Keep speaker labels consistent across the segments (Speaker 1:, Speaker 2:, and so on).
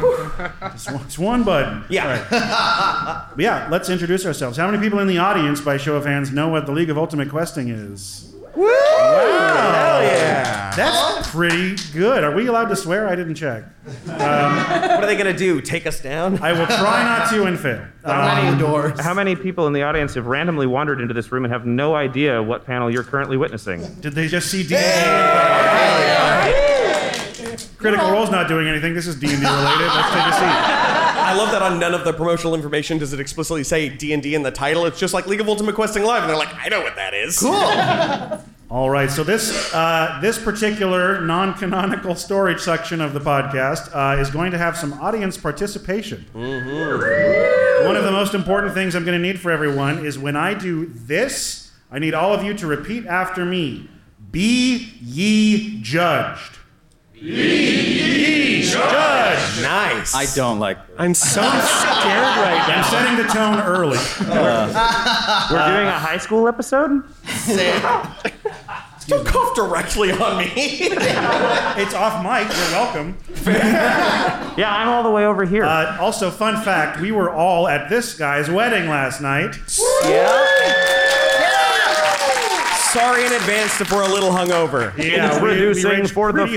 Speaker 1: It's one, it's one button. Yeah. yeah, let's introduce ourselves. How many people in the audience, by show of hands, know what the League of Ultimate Questing is?
Speaker 2: Hell yeah.
Speaker 1: That's pretty good. Are we allowed to swear? I didn't check.
Speaker 2: What are they going to do? Take us down?
Speaker 1: I will try not to and fail. Uh,
Speaker 3: Many doors.
Speaker 4: How many people in the audience have randomly wandered into this room and have no idea what panel you're currently witnessing?
Speaker 1: did they just see D&D? Critical Role's not doing anything. This is D&D related. Let's take a seat.
Speaker 2: I love that on none of the promotional information does it explicitly say D&D in the title. It's just like League of Ultimate Questing Live, and they're like, I know what that is.
Speaker 1: All right, so this uh, this particular non-canonical storage section of the podcast uh, is going to have some audience participation. One of the most important things I'm going to need for everyone is when I do this, I need all of you to repeat after me: "Be ye judged." Be ye judged.
Speaker 2: Nice.
Speaker 5: I don't like.
Speaker 2: I'm so scared right
Speaker 1: I'm setting the tone early. Uh,
Speaker 4: We're
Speaker 2: Uh,
Speaker 4: doing a high school episode?
Speaker 2: Don't cough directly on me.
Speaker 1: It's off mic. You're welcome.
Speaker 4: Yeah, I'm all the way over here.
Speaker 1: Uh, also, fun fact: we were all at this guy's wedding last night.
Speaker 2: Sorry in advance if we're a little hungover.
Speaker 1: Yeah,
Speaker 4: Introducing
Speaker 1: raged
Speaker 4: for the
Speaker 1: pretty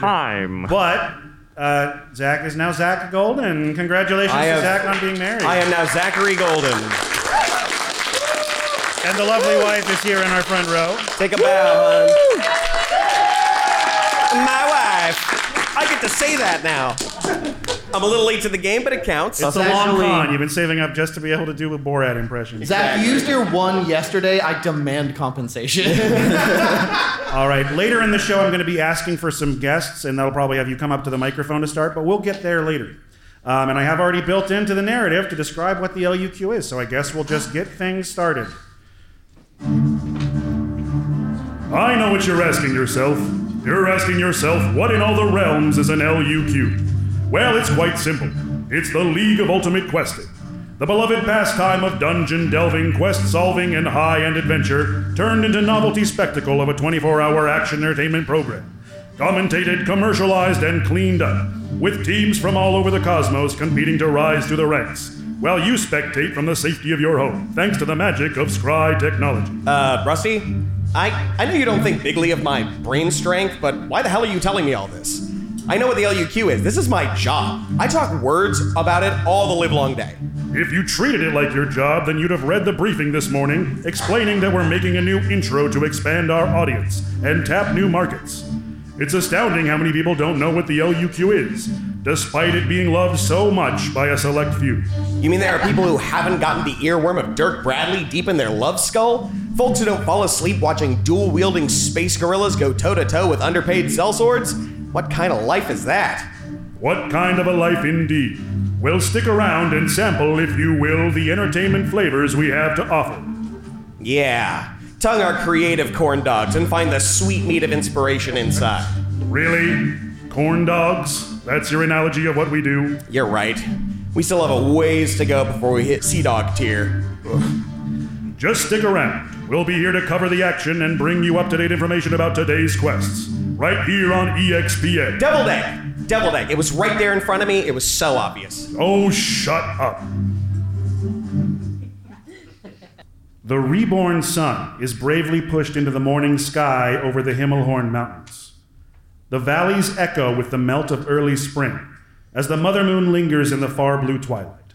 Speaker 1: hard.
Speaker 4: time.
Speaker 1: But uh, Zach is now Zach Golden. Congratulations
Speaker 2: I
Speaker 1: to
Speaker 2: have-
Speaker 1: Zach on being married.
Speaker 2: I am now Zachary Golden.
Speaker 1: and the lovely wife is here in our front row.
Speaker 2: Take a bow, hon. My wife. I get to say that now. I'm a little late to the game, but it counts.
Speaker 1: It's a long con. You've been saving up just to be able to do a Borat impression.
Speaker 3: Zach, you used your one yesterday. I demand compensation.
Speaker 1: All right. Later in the show, I'm going to be asking for some guests, and that'll probably have you come up to the microphone to start, but we'll get there later. Um, and I have already built into the narrative to describe what the LUQ is, so I guess we'll just get things started. I know what you're asking yourself. You're asking yourself, what in all the realms is an LUQ? Well, it's quite simple. It's the League of Ultimate Questing. The beloved pastime of dungeon delving, quest solving, and high end adventure turned into novelty spectacle of a 24 hour action entertainment program. Commentated, commercialized, and cleaned up, with teams from all over the cosmos competing to rise to the ranks, while you spectate from the safety of your home, thanks to the magic of Scry technology.
Speaker 2: Uh, Rusty, I, I know you don't think bigly of my brain strength, but why the hell are you telling me all this? I know what the LUQ is. This is my job. I talk words about it all the livelong day.
Speaker 1: If you treated it like your job, then you'd have read the briefing this morning explaining that we're making a new intro to expand our audience and tap new markets. It's astounding how many people don't know what the LUQ is, despite it being loved so much by a select few.
Speaker 2: You mean there are people who haven't gotten the earworm of Dirk Bradley deep in their love skull? Folks who don't fall asleep watching dual wielding space gorillas go toe to toe with underpaid sellswords? What kind of life is that?
Speaker 1: What kind of a life indeed? Well, stick around and sample, if you will, the entertainment flavors we have to offer.
Speaker 2: Yeah. Tongue our creative corn dogs and find the sweet meat of inspiration inside.
Speaker 1: Really? Corn dogs? That's your analogy of what we do?
Speaker 2: You're right. We still have a ways to go before we hit Sea Dog tier.
Speaker 1: Just stick around. We'll be here to cover the action and bring you up to date information about today's quests. Right here on E EXPN.
Speaker 2: Deviled Egg! Deviled Egg. It was right there in front of me. It was so obvious.
Speaker 1: Oh, shut up. The reborn sun is bravely pushed into the morning sky over the Himmelhorn Mountains. The valleys echo with the melt of early spring as the mother moon lingers in the far blue twilight.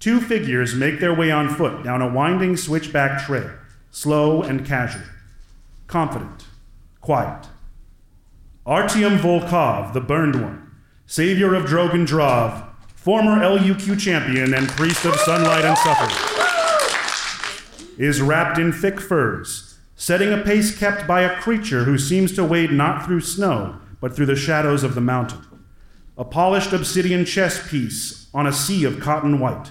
Speaker 1: Two figures make their way on foot down a winding switchback trail, slow and casual, confident, quiet. Artyom Volkov, the burned one, savior of Drogon Drav, former LUQ champion and priest of sunlight and suffering, is wrapped in thick furs, setting a pace kept by a creature who seems to wade not through snow, but through the shadows of the mountain. A polished obsidian chess piece on a sea of cotton white,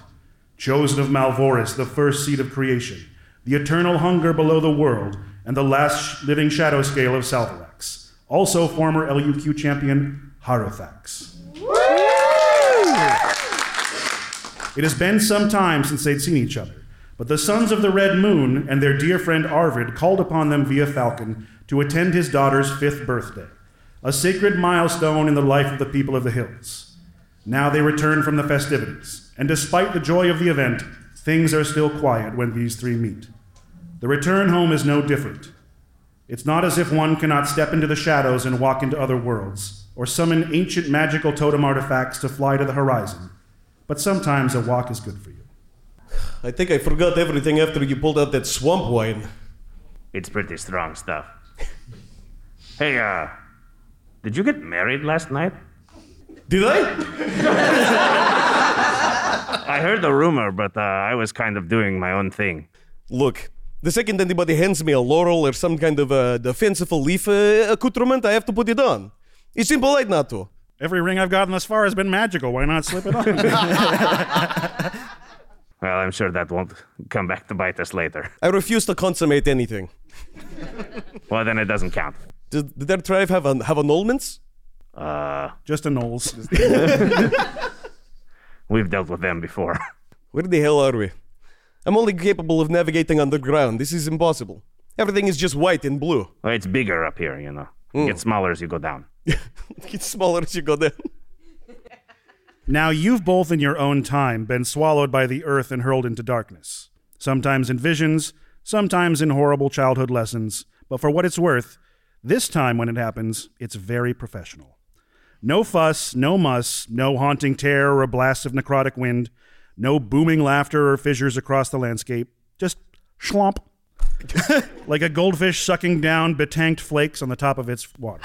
Speaker 1: chosen of Malvoris, the first seed of creation, the eternal hunger below the world, and the last sh- living shadow scale of Salvarax, also former LUQ champion Harothax. It has been some time since they'd seen each other, but the Sons of the Red Moon and their dear friend Arvid called upon them via Falcon to attend his daughter's fifth birthday, a sacred milestone in the life of the people of the hills. Now they return from the festivities, and despite the joy of the event, things are still quiet when these three meet. The return home is no different. It's not as if one cannot step into the shadows and walk into other worlds, or summon ancient magical totem artifacts to fly to the horizon, but sometimes a walk is good for you.
Speaker 2: I think I forgot everything after you pulled out that swamp wine.
Speaker 4: It's pretty strong stuff. hey, uh, did you get married last night?
Speaker 2: Did I?
Speaker 4: I heard the rumor, but uh, I was kind of doing my own thing.
Speaker 2: Look, the second anybody hands me a laurel or some kind of a fanciful leaf uh, accoutrement, I have to put it on. It's impolite not to.
Speaker 1: Every ring I've gotten thus far has been magical. Why not slip it on?
Speaker 4: Well, I'm sure that won't come back to bite us later.
Speaker 2: I refuse to consummate anything.
Speaker 4: Well, then it doesn't count.
Speaker 2: Did, did their tribe have an, have annulments?
Speaker 4: Uh,
Speaker 1: Just a Knowles.
Speaker 4: we've dealt with them before.
Speaker 2: Where the hell are we? I'm only capable of navigating underground. This is impossible. Everything is just white and blue. Hmm.
Speaker 4: Well, it's bigger up here, you know. It gets smaller as you go down.
Speaker 2: It's smaller as you go down.
Speaker 1: Now you've both in your own time been swallowed by the earth and hurled into darkness, sometimes in visions, sometimes in horrible childhood lessons, but for what it's worth, this time when it happens, it's very professional. No fuss, no muss, no haunting terror or blast of necrotic wind, no booming laughter or fissures across the landscape, just schlomp. like a goldfish sucking down betanked flakes on the top of its water.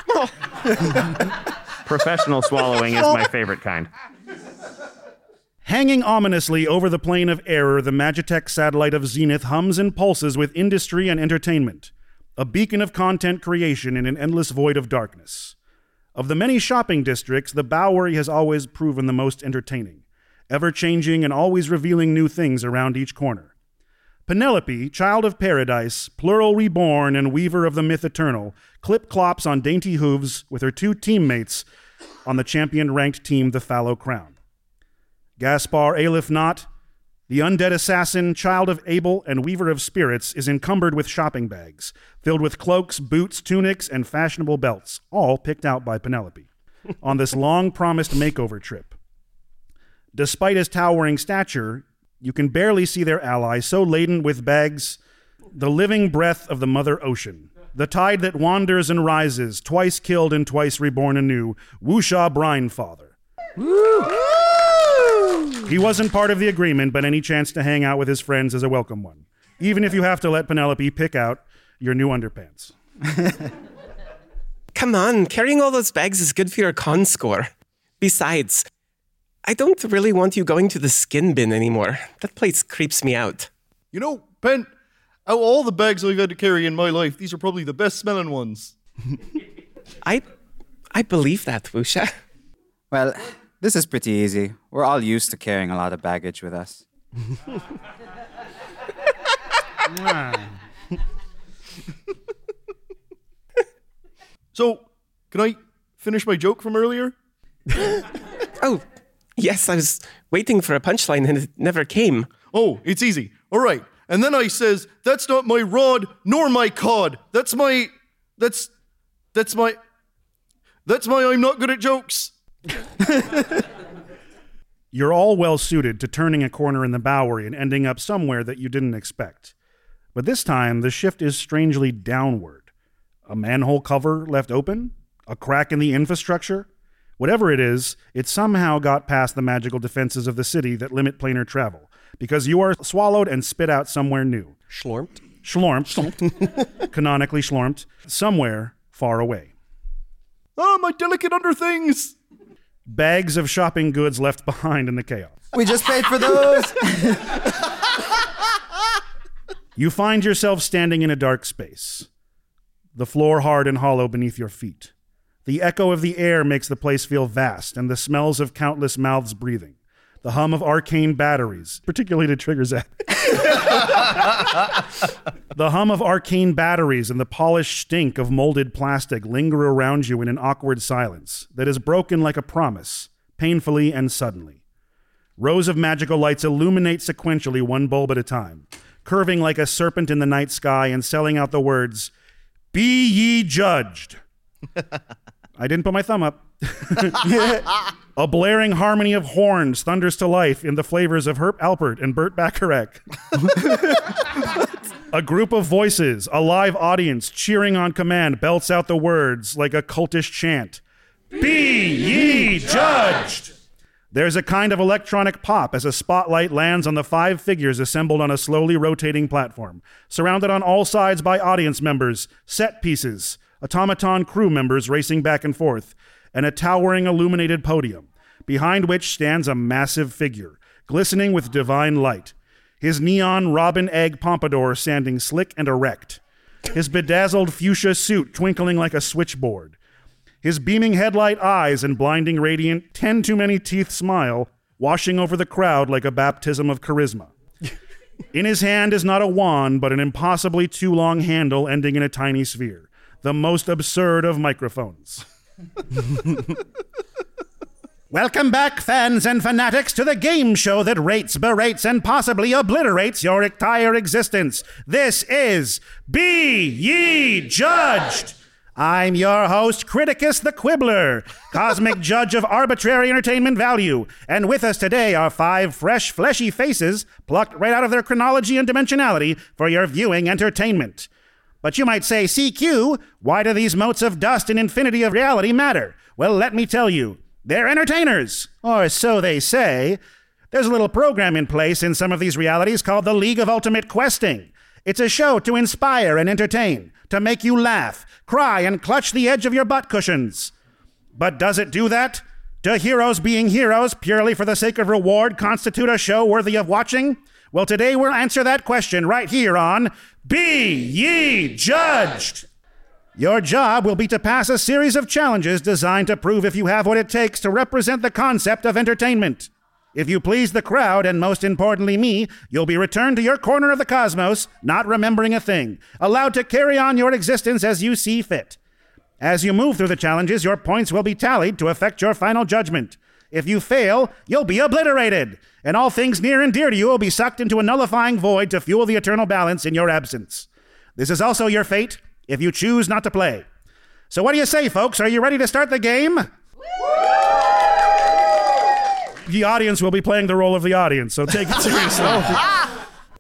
Speaker 4: Professional swallowing is my favorite kind.
Speaker 1: Hanging ominously over the plane of error, the Magitech satellite of Zenith hums and pulses with industry and entertainment, a beacon of content creation in an endless void of darkness. Of the many shopping districts, the Bowery has always proven the most entertaining, ever changing and always revealing new things around each corner. Penelope, child of paradise, plural reborn and weaver of the myth eternal, clip clops on dainty hooves with her two teammates on the champion ranked team, the Fallow Crown. Gaspar Alif Knot, the undead assassin, child of Abel, and weaver of spirits, is encumbered with shopping bags, filled with cloaks, boots, tunics, and fashionable belts, all picked out by Penelope, on this long promised makeover trip. Despite his towering stature, you can barely see their ally, so laden with bags, the living breath of the Mother Ocean. The tide that wanders and rises, twice killed and twice reborn anew, Wusha Brine Father. He wasn't part of the agreement, but any chance to hang out with his friends is a welcome one, even if you have to let Penelope pick out your new underpants.
Speaker 6: Come on, carrying all those bags is good for your con score. Besides, I don't really want you going to the skin bin anymore. That place creeps me out.
Speaker 7: You know, Ben, out of all the bags I've had to carry in my life, these are probably the best smelling ones.
Speaker 6: I I believe that, Wusha.
Speaker 8: Well, this is pretty easy. We're all used to carrying a lot of baggage with us.
Speaker 7: So, can I finish my joke from earlier?
Speaker 6: Oh, yes, I was waiting for a punchline and it never came.
Speaker 7: Oh, it's easy. All right. And then I says, "That's not my rod nor my cod. That's my, that's, that's my, that's my. I'm not good at jokes."
Speaker 1: You're all well suited to turning a corner in the Bowery and ending up somewhere that you didn't expect. But this time, the shift is strangely downward. A manhole cover left open? A crack in the infrastructure? Whatever it is, it somehow got past the magical defenses of the city that limit planar travel, because you are swallowed and spit out somewhere new.
Speaker 2: Schlormt.
Speaker 1: Schlormped, canonically schlormped, somewhere far away.
Speaker 7: Ah, my delicate under things.
Speaker 1: Bags of shopping goods left behind in the chaos.
Speaker 3: We just paid for those.
Speaker 1: You find yourself standing in a dark space, the floor hard and hollow beneath your feet. The echo of the air makes the place feel vast, and the smells of countless mouths breathing, the hum of arcane batteries, particularly to Trigger Zach. the hum of arcane batteries and the polished stink of molded plastic linger around you in an awkward silence that is broken like a promise, painfully and suddenly. Rows of magical lights illuminate sequentially one bulb at a time, curving like a serpent in the night sky and selling out the words, Be ye judged. I didn't put my thumb up. A blaring harmony of horns thunders to life in the flavors of Herb Alpert and Burt Bacharach. a group of voices, a live audience cheering on command, belts out the words like a cultish chant Be ye judged! There's a kind of electronic pop as a spotlight lands on the five figures assembled on a slowly rotating platform, surrounded on all sides by audience members, set pieces, automaton crew members racing back and forth, and a towering illuminated podium, behind which stands a massive figure, glistening with divine light, his neon robin egg pompadour standing slick and erect, his bedazzled fuchsia suit twinkling like a switchboard. His beaming headlight eyes and blinding radiant, ten too many teeth smile, washing over the crowd like a baptism of charisma. in his hand is not a wand, but an impossibly too long handle ending in a tiny sphere, the most absurd of microphones. Welcome back, fans and fanatics, to the game show that rates, berates, and possibly obliterates your entire existence. This is Be Ye Judged! I'm your host, Criticus the Quibbler, cosmic judge of arbitrary entertainment value. And with us today are five fresh, fleshy faces plucked right out of their chronology and dimensionality for your viewing entertainment. But you might say, CQ, why do these motes of dust and infinity of reality matter? Well, let me tell you, they're entertainers, or so they say. There's a little program in place in some of these realities called the League of Ultimate Questing. It's a show to inspire and entertain, to make you laugh, cry, and clutch the edge of your butt cushions. But does it do that? Do heroes being heroes purely for the sake of reward constitute a show worthy of watching? Well, today we'll answer that question right here on Be Ye Judged! Your job will be to pass a series of challenges designed to prove if you have what it takes to represent the concept of entertainment. If you please the crowd, and most importantly me, you'll be returned to your corner of the cosmos, not remembering a thing, allowed to carry on your existence as you see fit. As you move through the challenges, your points will be tallied to affect your final judgment. If you fail, you'll be obliterated, and all things near and dear to you will be sucked into a nullifying void to fuel the eternal balance in your absence. This is also your fate if you choose not to play. So, what do you say, folks? Are you ready to start the game? the audience will be playing the role of the audience, so take it seriously.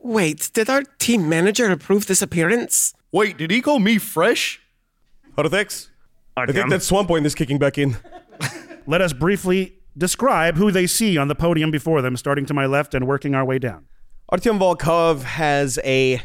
Speaker 6: Wait, did our team manager approve this appearance?
Speaker 7: Wait, did he call me fresh?
Speaker 2: Artex? I
Speaker 4: Artyom,
Speaker 2: think that Swamp Point is kicking back in.
Speaker 1: Let us briefly describe who they see on the podium before them, starting to my left and working our way down.
Speaker 2: Artyom Volkov has a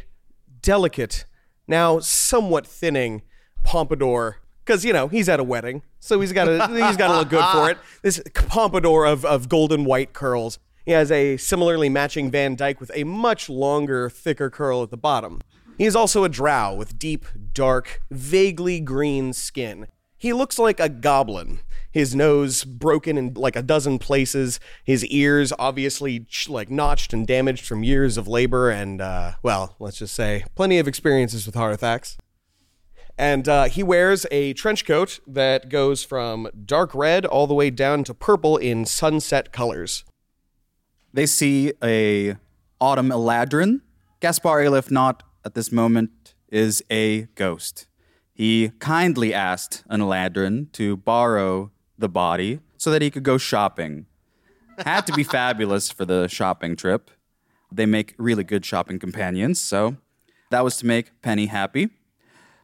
Speaker 2: delicate, now somewhat thinning pompadour. Because you know he's at a wedding, so he's got to he's got to look good for it. This pompadour of of golden white curls. He has a similarly matching Van Dyke with a much longer, thicker curl at the bottom. He is also a drow with deep, dark, vaguely green skin. He looks like a goblin. His nose broken in like a dozen places. His ears obviously ch- like notched and damaged from years of labor and uh, well, let's just say plenty of experiences with Harithax. And uh, he wears a trench coat that goes from dark red all the way down to purple in sunset colors.
Speaker 8: They see a Autumn Eladrin. Gaspar Alif not at this moment is a ghost. He kindly asked an Eladrin to borrow the body so that he could go shopping. Had to be fabulous for the shopping trip. They make really good shopping companions, so that was to make Penny happy.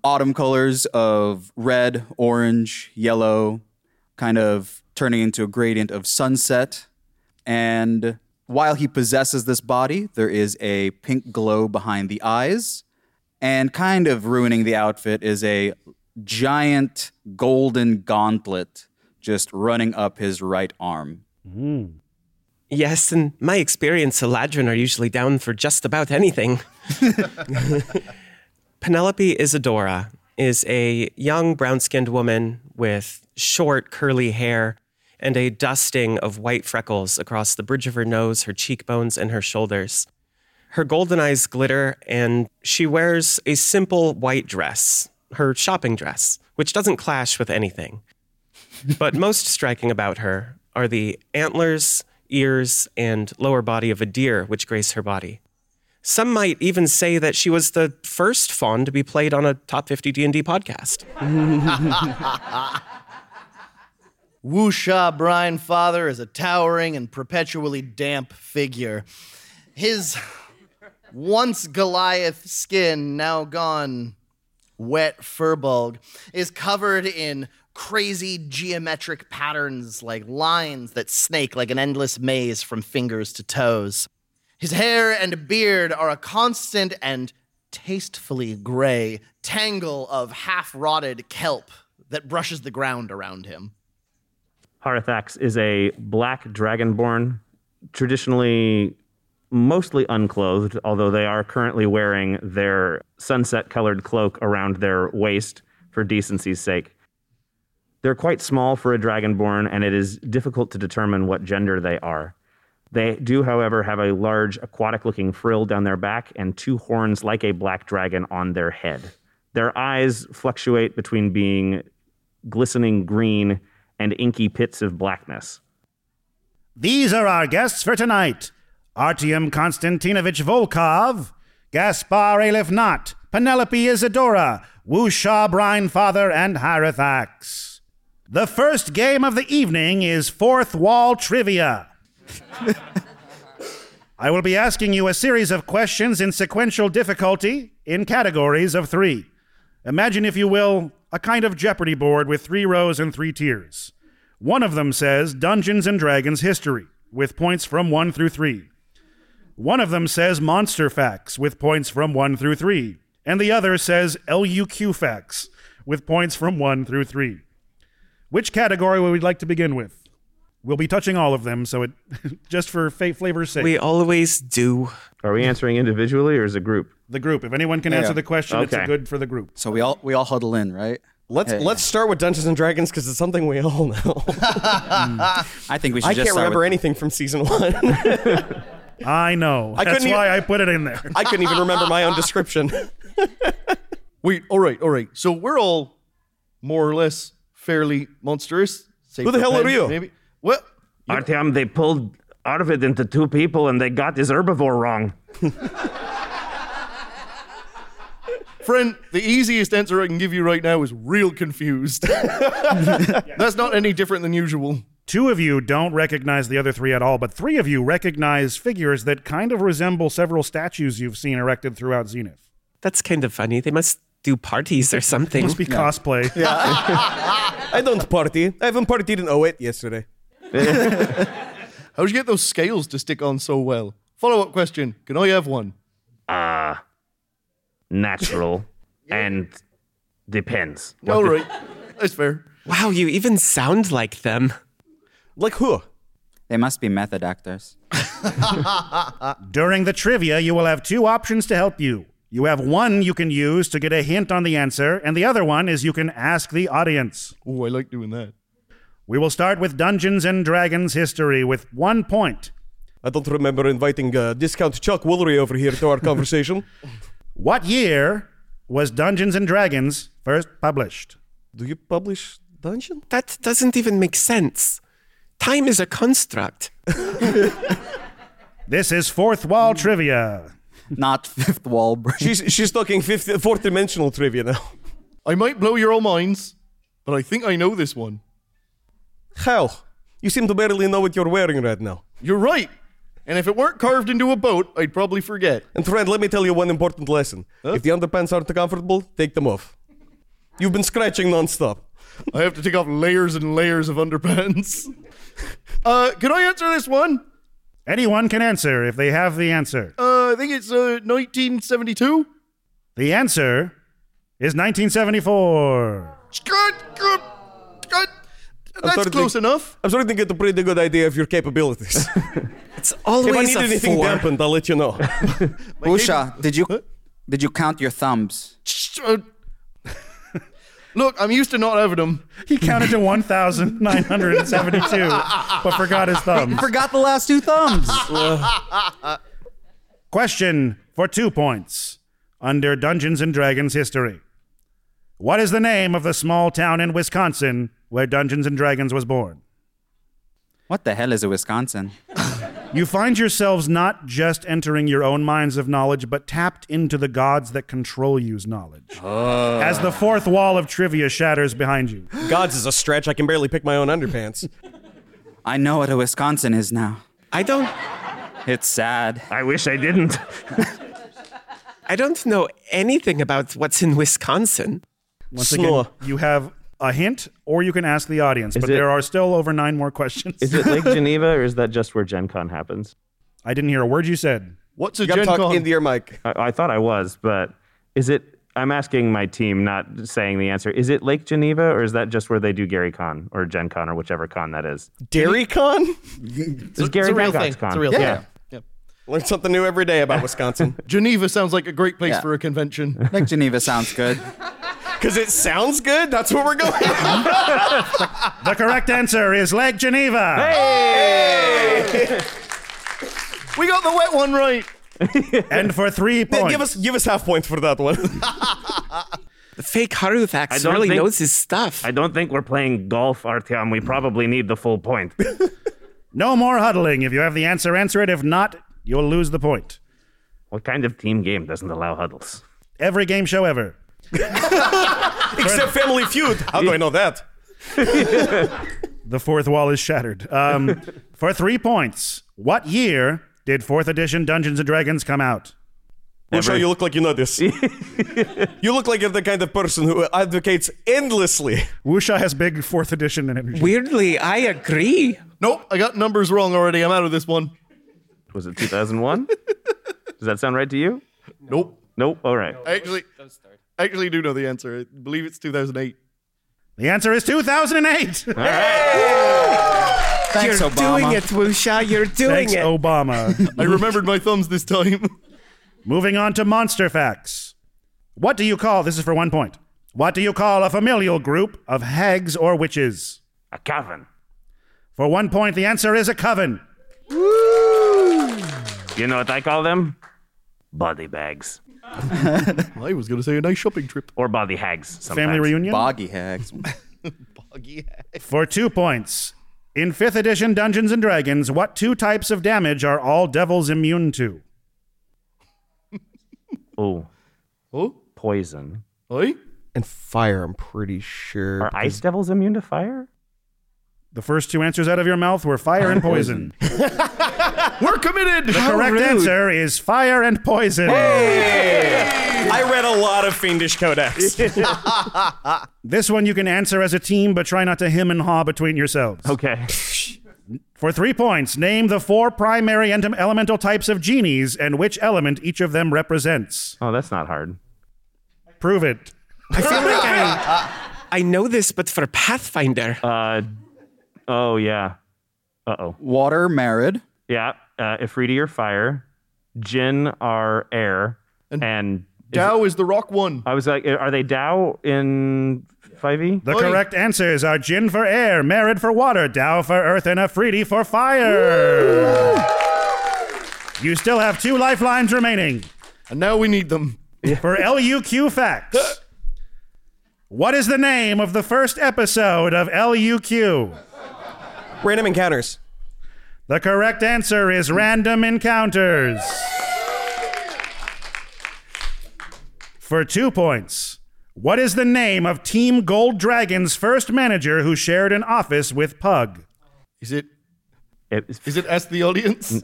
Speaker 8: Autumn colors of red, orange, yellow, kind of turning into a gradient of sunset and while he possesses this body, there is a pink glow behind the eyes. And kind of ruining the outfit is a giant golden gauntlet just running up his right arm.
Speaker 6: Yes, in my experience, Eladrin are usually down for just about anything. Penelope Isadora is a young brown skinned woman with short, curly hair and a dusting of white freckles across the bridge of her nose, her cheekbones, and her shoulders. Her golden eyes glitter, and she wears a simple white dress, her shopping dress, which doesn't clash with anything. But most striking about her are the antlers, ears, and lower body of a deer which grace her body. Some might even say that she was the first fawn to be
Speaker 3: Mm-hmm.
Speaker 6: played on a top 50 D&D podcast.
Speaker 3: Wusha Brian Father is a towering and perpetually damp figure. His once Goliath skin, now gone wet furbog, is covered in crazy geometric patterns like lines that snake like an endless maze from fingers to toes. His hair and beard are a constant and tastefully gray tangle of half rotted kelp that brushes the ground around him.
Speaker 4: Harithax is a black dragonborn, traditionally mostly unclothed, although they are currently wearing their sunset colored cloak around their waist for decency's sake. They're quite small for a dragonborn, and it is difficult to determine what gender they are. They do, however, have a large aquatic looking frill down their back and two horns like a black dragon on their head. Their eyes fluctuate between being glistening green and inky pits of blackness.
Speaker 1: These are our guests for tonight Artyom Konstantinovich Volkov, Gaspar Alif Knot, Penelope Isadora, Wusha Brinefather, and Harithax. The first game of the evening is Fourth Wall Trivia. I will be asking you a series of questions in sequential difficulty in categories of three. Imagine, if you will, a kind of Jeopardy board with three rows and three tiers. One of them says Dungeons and Dragons history, with points from one through three. One of them says monster facts, with points from one through three. And the other says LUQ facts, with points from one through three. Which category would we like to begin with? We'll be touching all of them, so it just for fa- flavor's sake.
Speaker 6: We always do.
Speaker 4: Are we answering individually or as a group?
Speaker 1: the group. If anyone can answer the question, it's
Speaker 4: Okay.
Speaker 1: good for the group.
Speaker 8: So we all we all huddle in, right?
Speaker 2: Let's let's start with Dungeons and Dragons because it's something we all know.
Speaker 8: I think we should
Speaker 2: I
Speaker 8: just
Speaker 2: can't
Speaker 8: start
Speaker 2: remember
Speaker 8: with,
Speaker 2: anything from season one.
Speaker 1: I know. That's
Speaker 2: couldn't e-
Speaker 1: why I put it in there.
Speaker 2: I couldn't even remember my own description.
Speaker 7: Wait, all right, all right. So we're all more or less fairly monstrous. save
Speaker 2: Who the
Speaker 7: for
Speaker 2: hell
Speaker 7: Pen,
Speaker 2: are you?
Speaker 7: Maybe. What?
Speaker 4: Artyom, they pulled Arvid into two people and they got his herbivore wrong.
Speaker 7: Friend, the easiest answer I can give you right now is real confused. That's not any different than usual.
Speaker 1: Two of you don't recognize the other three at all, but three of you recognize figures that kind of resemble several statues you've seen erected throughout Zenith.
Speaker 6: That's kind of funny. They must do parties or something.
Speaker 1: Must be cosplay.
Speaker 2: I don't party. I haven't partied in 08 yesterday.
Speaker 7: How'd you get those scales to stick on so well? Follow up question Can I have one?
Speaker 4: Natural and depends. What
Speaker 7: All
Speaker 4: the-
Speaker 7: right. That's fair.
Speaker 6: Wow, you even sound like them.
Speaker 2: Like who?
Speaker 8: They must be method actors.
Speaker 1: Uh, During the trivia, you will have two options to help you. You have one you can use to get a hint on the answer, and the other one is you can ask the audience.
Speaker 7: Oh, I like doing that.
Speaker 1: We will start with Dungeons and Dragons history with one point.
Speaker 2: I don't remember inviting uh, discount Chuck Woolery over here to our conversation.
Speaker 1: What year was Dungeons and Dragons first published?
Speaker 2: Do you publish Dungeon?
Speaker 6: That doesn't even make sense. Time is a construct.
Speaker 1: This is fourth wall trivia.
Speaker 8: Not fifth wall break.
Speaker 2: She's she's talking fifth, fourth dimensional trivia now.
Speaker 7: I might blow your own minds, but I think I know this one.
Speaker 2: How? You seem to barely know what you're wearing right now.
Speaker 7: You're right. And if it weren't carved into a boat, I'd probably forget.
Speaker 2: And friend, let me tell you one important lesson. If the underpants aren't comfortable, take them off. You've been scratching nonstop.
Speaker 7: I have to take off layers and layers of underpants. Uh, can I answer this one?
Speaker 1: Anyone can answer if they have the answer.
Speaker 7: Uh, I think it's uh, 1972.
Speaker 1: The answer is 1974.
Speaker 7: Good, good, good. That's
Speaker 2: sorry,
Speaker 7: close
Speaker 2: the-
Speaker 7: enough.
Speaker 2: I'm starting to get a pretty good idea of your capabilities.
Speaker 6: It's
Speaker 2: if I
Speaker 6: always
Speaker 2: need
Speaker 6: a
Speaker 2: anything
Speaker 6: four.
Speaker 2: dampened, I'll let you know.
Speaker 8: Usha, did you did you count your thumbs?
Speaker 7: Shh, uh, Look, I'm used to not having them.
Speaker 1: He counted to 1,972, but forgot his thumbs.
Speaker 8: Forgot the last two thumbs.
Speaker 1: Question for two points under Dungeons and Dragons history. What is the name of the small town in Wisconsin where Dungeons and Dragons was born?
Speaker 8: what the hell is a Wisconsin?
Speaker 1: You find yourselves not just entering your own minds of knowledge, but tapped into the gods that control you's knowledge. As the fourth wall of trivia shatters behind you.
Speaker 2: Ah. Gods is a stretch. I can barely pick my own underpants.
Speaker 8: I know what a Wisconsin is now.
Speaker 6: I don't
Speaker 8: It's sad.
Speaker 4: I wish I didn't.
Speaker 6: I don't know anything about what's in Wisconsin.
Speaker 1: Once
Speaker 2: Snore.
Speaker 1: again, you have a hint, or you can ask the audience, but
Speaker 4: it-
Speaker 1: there are still over nine more questions.
Speaker 4: Is it Lake Geneva or is that just where Gen Con happens?
Speaker 1: I didn't hear a word you said.
Speaker 7: What's a
Speaker 2: You gotta
Speaker 7: Gen
Speaker 2: talk
Speaker 7: Con?
Speaker 2: into your mic.
Speaker 4: I, I thought I was, but is it? I'm asking my team, not saying the answer. Is it Lake Geneva or is that just where they do Gary Con or Gen Con or whichever con that is?
Speaker 2: Dairy Con?
Speaker 4: It's Gary
Speaker 3: it's a real
Speaker 4: Vancock's
Speaker 3: thing.
Speaker 4: Con.
Speaker 3: It's a real
Speaker 2: Yeah.
Speaker 3: thing. Yep.
Speaker 2: Learn something new every day about Wisconsin.
Speaker 7: Geneva sounds like a great place
Speaker 8: Yeah.
Speaker 7: for a convention.
Speaker 8: Lake Geneva sounds good.
Speaker 2: Because it sounds good. That's where we're going.
Speaker 1: The correct answer is Lake Geneva.
Speaker 7: we got the wet one right.
Speaker 1: And for three
Speaker 2: Yeah,
Speaker 1: points,
Speaker 2: give us give us half points for that one.
Speaker 6: The fake Harufax
Speaker 4: don't
Speaker 6: really
Speaker 4: think-
Speaker 6: knows his stuff.
Speaker 4: I don't think we're playing golf, Artyom. We probably need the full point.
Speaker 1: no more huddling. If you have the answer, answer it. If not, you'll lose the point.
Speaker 4: what kind of team game doesn't allow huddles?
Speaker 1: Every game show ever.
Speaker 2: Except Family Feud. How do I know that?
Speaker 1: The fourth wall is shattered. Um, for three points, what year did fourth edition Dungeons and Dragons come out?
Speaker 2: I'm sure you look like you know this. you look like you're the kind of person who advocates endlessly.
Speaker 1: Wusha has big fourth edition in energy.
Speaker 6: Weirdly, I agree.
Speaker 7: Nope, I got numbers wrong already. I'm out of this one.
Speaker 4: Was it 2001? Does that sound right to you?
Speaker 7: Nope.
Speaker 4: Nope. All right.
Speaker 7: I actually, I actually do know the answer. I believe it's 2008.
Speaker 1: the answer is 2008.
Speaker 8: Thanks,
Speaker 6: You're
Speaker 8: Obama.
Speaker 6: doing it, Wusha. You're doing
Speaker 1: Thanks,
Speaker 6: it.
Speaker 1: Obama.
Speaker 7: I remembered my thumbs this time.
Speaker 1: Moving on to monster facts. What do you call, this is for one point, what do you call a familial group of hags or witches?
Speaker 4: A cavern.
Speaker 1: For one point, the answer is a coven.
Speaker 4: You know what I call them? Body bags
Speaker 7: I was going to say a nice shopping trip.
Speaker 4: or body hags. Sometimes.
Speaker 1: Family reunion.
Speaker 8: Boggy hags.
Speaker 1: For two points. In 5th edition Dungeons and Dragons, what two types of damage are all devils immune to?
Speaker 4: Oh,
Speaker 7: Oh,
Speaker 4: poison.
Speaker 7: oi?
Speaker 2: And fire, I'm pretty sure.
Speaker 4: Are ice devils immune to fire?
Speaker 1: The first two answers out of your mouth were fire and poison.
Speaker 7: We're committed.
Speaker 1: the correct answer is fire and poison.
Speaker 2: I read a lot of Fiendish Codex.
Speaker 1: This one you can answer as a team, but try not to him and haw between yourselves.
Speaker 4: Okay.
Speaker 1: For three points, name the four primary and elemental types of genies and which element each of them represents.
Speaker 4: Oh, that's not hard.
Speaker 1: Prove it.
Speaker 6: I know this, but for Pathfinder,
Speaker 4: Uh, oh yeah. Uh oh.
Speaker 8: Water married.
Speaker 4: Yeah. Uh, Ifriti are fire. Jin are air. And, is-
Speaker 7: Dow is the rock one.
Speaker 4: I was like, are they Dow in E? 5e?
Speaker 1: The
Speaker 7: Oi.
Speaker 1: correct answers are Jin for air, Merid for water, Dao for earth, and Afridi for fire. You still have two lifelines remaining.
Speaker 7: And now we need them.
Speaker 1: For LUQ facts, what is the name of the first episode of LUQ?
Speaker 2: Random encounters.
Speaker 1: The correct answer is Random Encounters. For two points, what is the name of Team Gold Dragon's first manager who shared an office with Pug?
Speaker 7: Is it?
Speaker 4: It- it's-
Speaker 7: Is it ask the audience?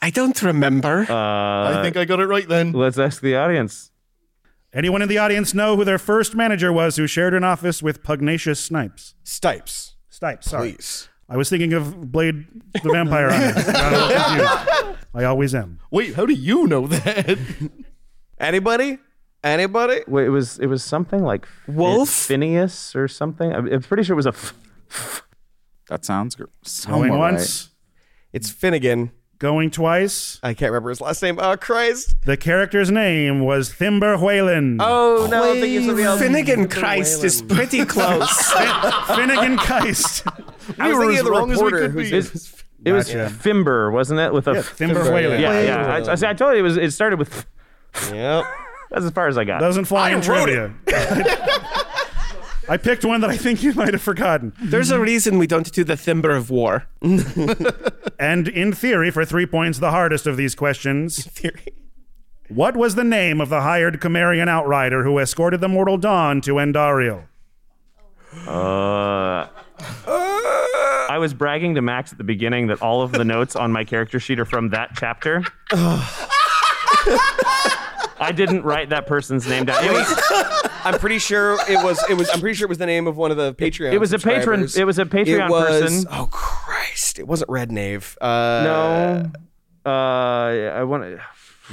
Speaker 6: I don't remember.
Speaker 7: I think I got it right then.
Speaker 4: Uh, Let's ask the audience.
Speaker 1: Anyone in the audience know who their first manager was who shared an office with Pugnacious Snipes?
Speaker 2: Stipes.
Speaker 1: Snipes, sorry.
Speaker 2: Please.
Speaker 1: I was thinking of Blade the Vampire on it. Got a little confused. I always am.
Speaker 7: Wait, how do you know that?
Speaker 2: Anybody? Anybody?
Speaker 4: Wait, it was it was something like Fin-
Speaker 6: Wolf?
Speaker 4: Phineas or something. I'm, I'm pretty sure it was a. F-
Speaker 8: That sounds gr-
Speaker 1: Going
Speaker 4: Oh,
Speaker 8: somewhat right.
Speaker 1: once,
Speaker 2: It's Finnegan.
Speaker 1: going twice.
Speaker 2: I can't remember his last name. Oh, Christ.
Speaker 1: The character's name was Thimber Whalen.
Speaker 2: Oh, no. I think it's something else.
Speaker 6: Finnegan Christ is pretty close.
Speaker 1: Finnegan Keist.
Speaker 2: I was thinking of the
Speaker 7: wrong as we
Speaker 2: reporter
Speaker 7: could
Speaker 2: who's-
Speaker 7: be.
Speaker 4: It's- it was Fimber, wasn't it? With a. f-
Speaker 1: Thimber Whalen.
Speaker 4: yeah, yeah. I- I, see, I told you it was. It started with. f-
Speaker 2: Yep.
Speaker 4: That's as far as I got.
Speaker 1: Doesn't fly in
Speaker 2: wrote
Speaker 1: trivia. I picked one that I think you might have forgotten.
Speaker 6: There's a reason we don't do the Thimber of War.
Speaker 1: And in theory, for three points, the hardest of these questions.
Speaker 6: Theory.
Speaker 1: What was the name of the hired Cimmerian outrider who escorted the mortal dawn to Endariel?
Speaker 4: Uh, I was bragging to Max at the beginning that all of the notes on my character sheet are from that chapter. I didn't write that person's name down. It was,
Speaker 2: I'm pretty sure it was. It was. I'm pretty sure it was the name of one of the Patreon.
Speaker 4: it was a patron-
Speaker 2: subscribers.
Speaker 4: it was a Patreon
Speaker 2: It was-
Speaker 4: person.
Speaker 2: Oh Christ! It wasn't Red Knave. Uh,
Speaker 4: no. Uh, I want.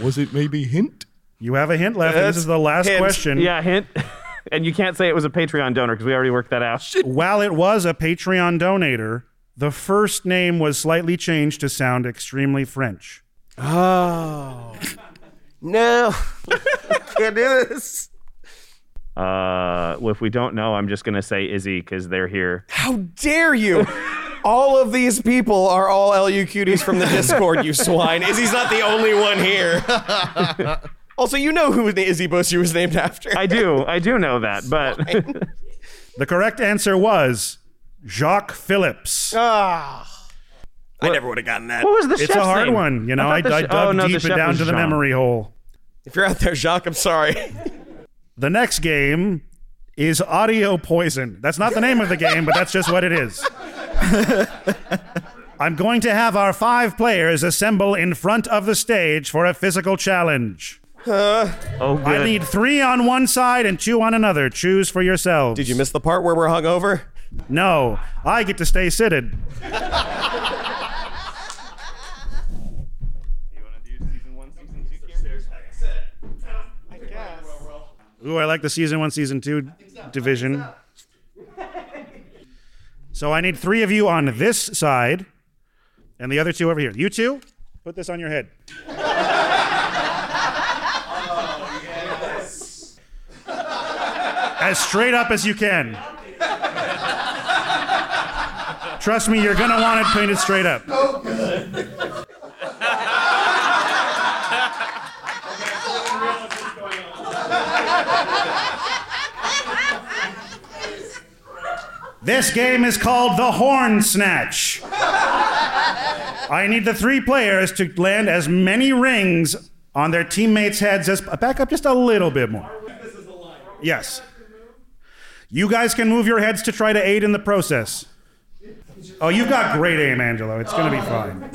Speaker 7: Was it maybe hint?
Speaker 1: You have a hint left. and this is the last
Speaker 2: hint.
Speaker 1: question.
Speaker 4: Yeah, hint. and you can't say it was a Patreon donor because we already worked that out.
Speaker 1: While it was a Patreon donator, the first name was slightly changed to sound extremely French.
Speaker 6: Oh.
Speaker 2: No. Can't do this.
Speaker 4: Uh, well, if we don't know, I'm just gonna say Izzy because they're here.
Speaker 2: How dare you? All of these people are all LUQDs from the Discord, you swine. Izzy's not the only one here.
Speaker 6: Uh.
Speaker 2: also, you know who the Izzy Busu was named after.
Speaker 4: I do, I do know that, but
Speaker 1: The correct answer was Jacques Phillips.
Speaker 2: I never would have gotten that.
Speaker 4: what was the
Speaker 1: it's a hard one. You know, I, I, dug
Speaker 4: oh,
Speaker 1: deep and down to oh, the memory hole.
Speaker 2: If you're out there, Jacques, I'm sorry.
Speaker 1: The next game is Audio Poison. That's not the name of the game, but that's just what it is. I'm going to have our five players assemble in front of the stage for a physical challenge.
Speaker 4: Oh, good.
Speaker 1: I need three on one side and two on another. Choose for yourselves.
Speaker 2: Did you miss the part where we're hungover?
Speaker 1: No, I get to stay seated. Ooh, I like the season one, season two division. So I need three of you on this side and the other two over here. You two, put this on your head. As straight up as you can. Trust me, you're gonna want it painted straight up. This game is called the Horn Snatch. I need the three players to land as many rings on their teammates' heads as. Back up just a little bit more. Yes. You guys can move your heads to try to aid in the process. Oh, you've got great aim, Angelo. It's going to be fine.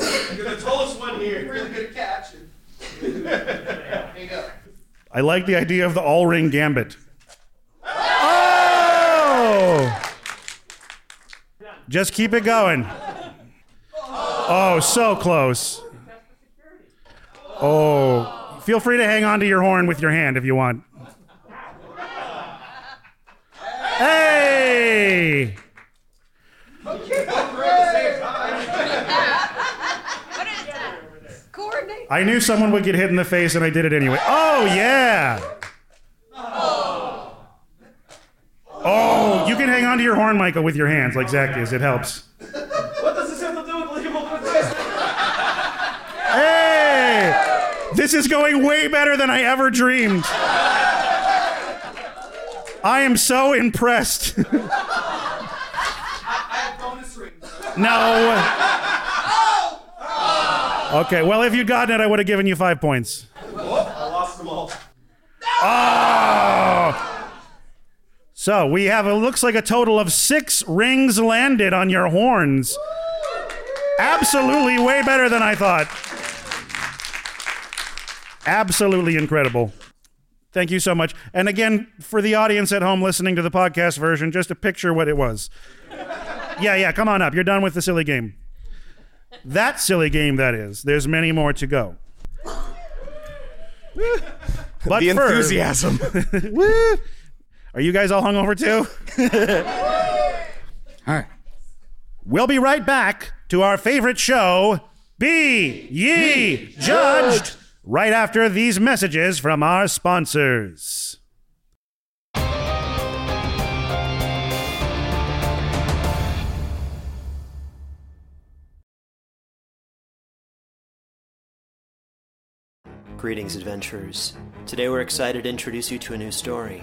Speaker 1: I like the idea of the all ring gambit. Oh! Just keep it going. Oh, so close. Oh. Feel free to hang on to your horn with your hand if you want. Hey!
Speaker 9: Coordinate.
Speaker 1: I knew someone would get hit in the face and I did it anyway. Oh, yeah. Oh, you can hang on to your horn, Michael, with your hands like Zach is. It helps. Hey! This is going way better than I ever dreamed. I am so impressed. No. Okay, well, if you'd gotten it, I would have given you five points. Oh! So we have, it looks like a total of six rings landed on your horns. Absolutely way better than I thought. Absolutely incredible. Thank you so much. And again, for the audience at home listening to the podcast version, just to picture what it was. Yeah, yeah, come on up. You're done with the silly game. That silly game, that is. There's many more to go. But
Speaker 2: The
Speaker 1: first-
Speaker 2: enthusiasm.
Speaker 1: Woo! Are you guys all hungover too?
Speaker 8: All right.
Speaker 1: We'll be right back to our favorite show, Be Ye Judged, right after these messages from our sponsors.
Speaker 10: Greetings, adventurers. Today we're excited to introduce you to a new story.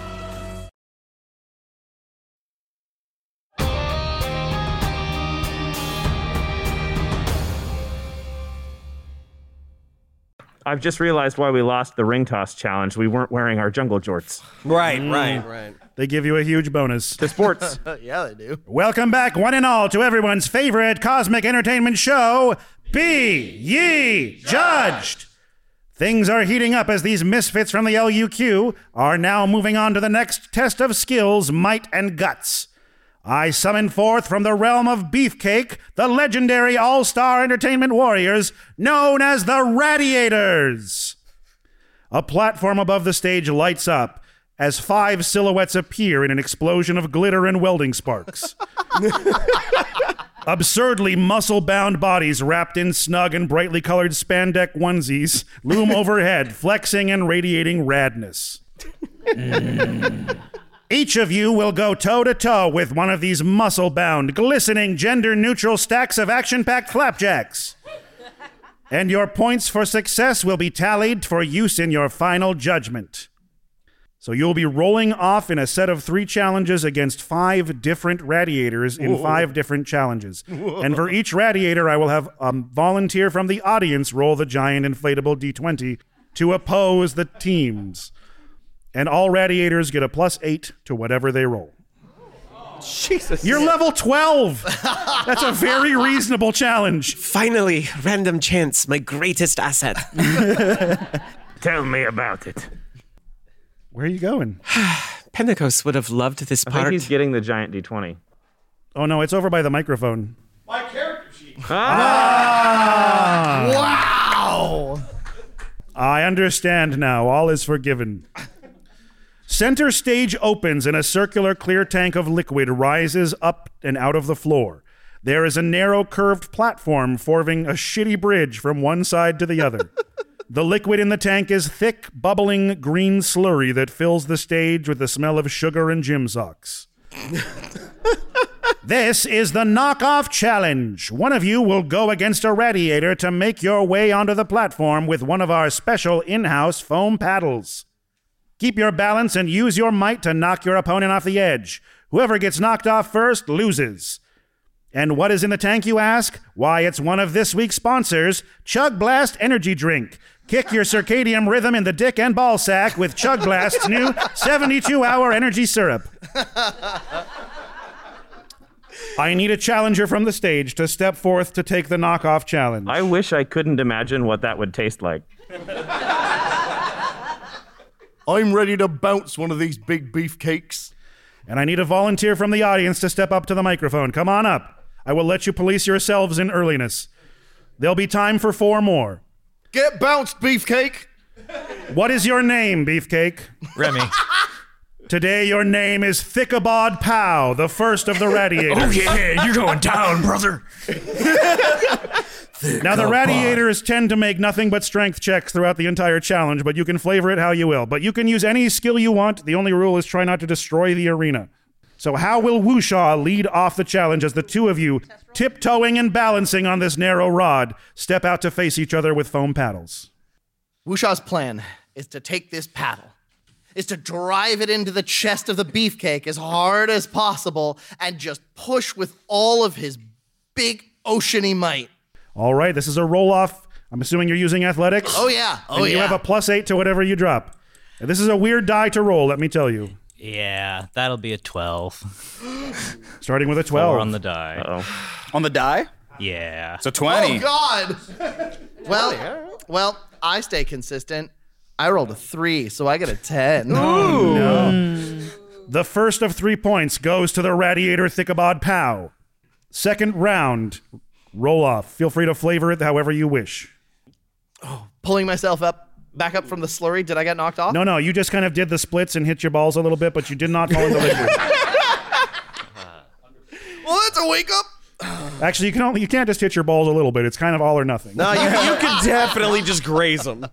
Speaker 4: I've just realized why we lost the ring toss challenge. We weren't wearing our jungle jorts.
Speaker 2: Right,
Speaker 1: Mm.
Speaker 2: right,
Speaker 3: Right.
Speaker 1: They give you a huge bonus.
Speaker 4: The sports.
Speaker 3: yeah, they do.
Speaker 1: Welcome back, one and all, to everyone's favorite cosmic entertainment show, Be Ye Judged! Things are heating up as these misfits from the LUQ are now moving on to the next test of skills, might, and guts. I summon forth from the realm of Beefcake the legendary all star entertainment warriors known as the Radiators. A platform above the stage lights up as five silhouettes appear in an explosion of glitter and welding sparks. Absurdly muscle bound bodies wrapped in snug and brightly colored spandex onesies loom overhead, flexing and radiating radness. Each of you will go toe to toe with one of these muscle bound, glistening, gender neutral stacks of action packed flapjacks. And your points for success will be tallied for use in your final judgment. So you'll be rolling off in a set of three challenges against five different radiators in five different challenges. And for each radiator, I will have a volunteer from the audience roll the giant inflatable d20 to oppose the teams. And all radiators get a plus eight to whatever they roll.
Speaker 2: Jesus.
Speaker 1: You're level 12! That's a very reasonable challenge.
Speaker 6: Finally, random chance, my greatest asset.
Speaker 4: Tell me about it.
Speaker 1: Where are you going?
Speaker 6: Pentecost would have loved this
Speaker 4: I think
Speaker 6: part.
Speaker 4: he's getting the giant D20.
Speaker 1: Oh no, it's over by the microphone.
Speaker 7: My character sheet.
Speaker 1: I understand now. All is forgiven. Center stage opens and a circular clear tank of liquid rises up and out of the floor. There is a narrow curved platform forming a shitty bridge from one side to the other. the liquid in the tank is thick, bubbling green slurry that fills the stage with the smell of sugar and gym socks. This is the knockoff challenge. One of you will go against a radiator to make your way onto the platform with one of our special in house foam paddles. Keep your balance and use your might to knock your opponent off the edge. Whoever gets knocked off first loses. And what is in the tank, you ask? Why, it's one of this week's sponsors, Chug Blast Energy Drink. Kick your circadian rhythm in the dick and ball sack with Chug Blast's new 72 hour energy syrup. I need a challenger from the stage to step forth to take the knockoff challenge.
Speaker 4: I wish I couldn't imagine what that would taste like.
Speaker 7: I'm ready to bounce one of these big beef cakes.
Speaker 1: And I need a volunteer from the audience to step up to the microphone. Come on up. I will let you police yourselves in earliness. There'll be time for four more.
Speaker 7: Get bounced, beefcake!
Speaker 1: What is your name, Beefcake?
Speaker 11: Remy.
Speaker 1: Today your name is Thickabod Pow, the first of the Radiators.
Speaker 11: Oh, yeah, you're going down, brother.
Speaker 1: now the Radiators tend to make nothing but strength checks throughout the entire challenge, but you can flavor it how you will. But you can use any skill you want. The only rule is try not to destroy the arena. So how will Wusha lead off the challenge as the two of you, tiptoeing and balancing on this narrow rod, step out to face each other with foam paddles?
Speaker 3: Wusha's plan is to take this paddle, is to drive it into the chest of the beefcake as hard as possible and just push with all of his big oceany might.
Speaker 1: All right, this is a roll off. I'm assuming you're using athletics.
Speaker 3: Oh yeah. Oh
Speaker 1: and you
Speaker 3: yeah.
Speaker 1: have a plus eight to whatever you drop. And this is a weird die to roll, let me tell you.
Speaker 11: Yeah, that'll be a 12.
Speaker 1: Starting with a
Speaker 3: Oh.
Speaker 1: 12.
Speaker 11: Or on the die.
Speaker 8: On the die?
Speaker 11: Yeah.
Speaker 8: So
Speaker 3: Oh
Speaker 8: 20.
Speaker 3: God. well, well, I stay consistent. I rolled a three, so I get a ten.
Speaker 1: Oh, no. The first of three points goes to the Radiator Thickabod Pow. Second round, roll off. Feel free to flavor it however you wish.
Speaker 3: Pulling myself up, back up from the slurry. Did I get knocked off?
Speaker 1: No, no, you just kind of did the splits and hit your balls a little bit, but you did not fall in the liquid.
Speaker 3: Well, that's a wake up.
Speaker 1: Actually, you can only you can't just hit your balls a little bit. It's kind of all or nothing.
Speaker 2: No, you, you can definitely just graze them.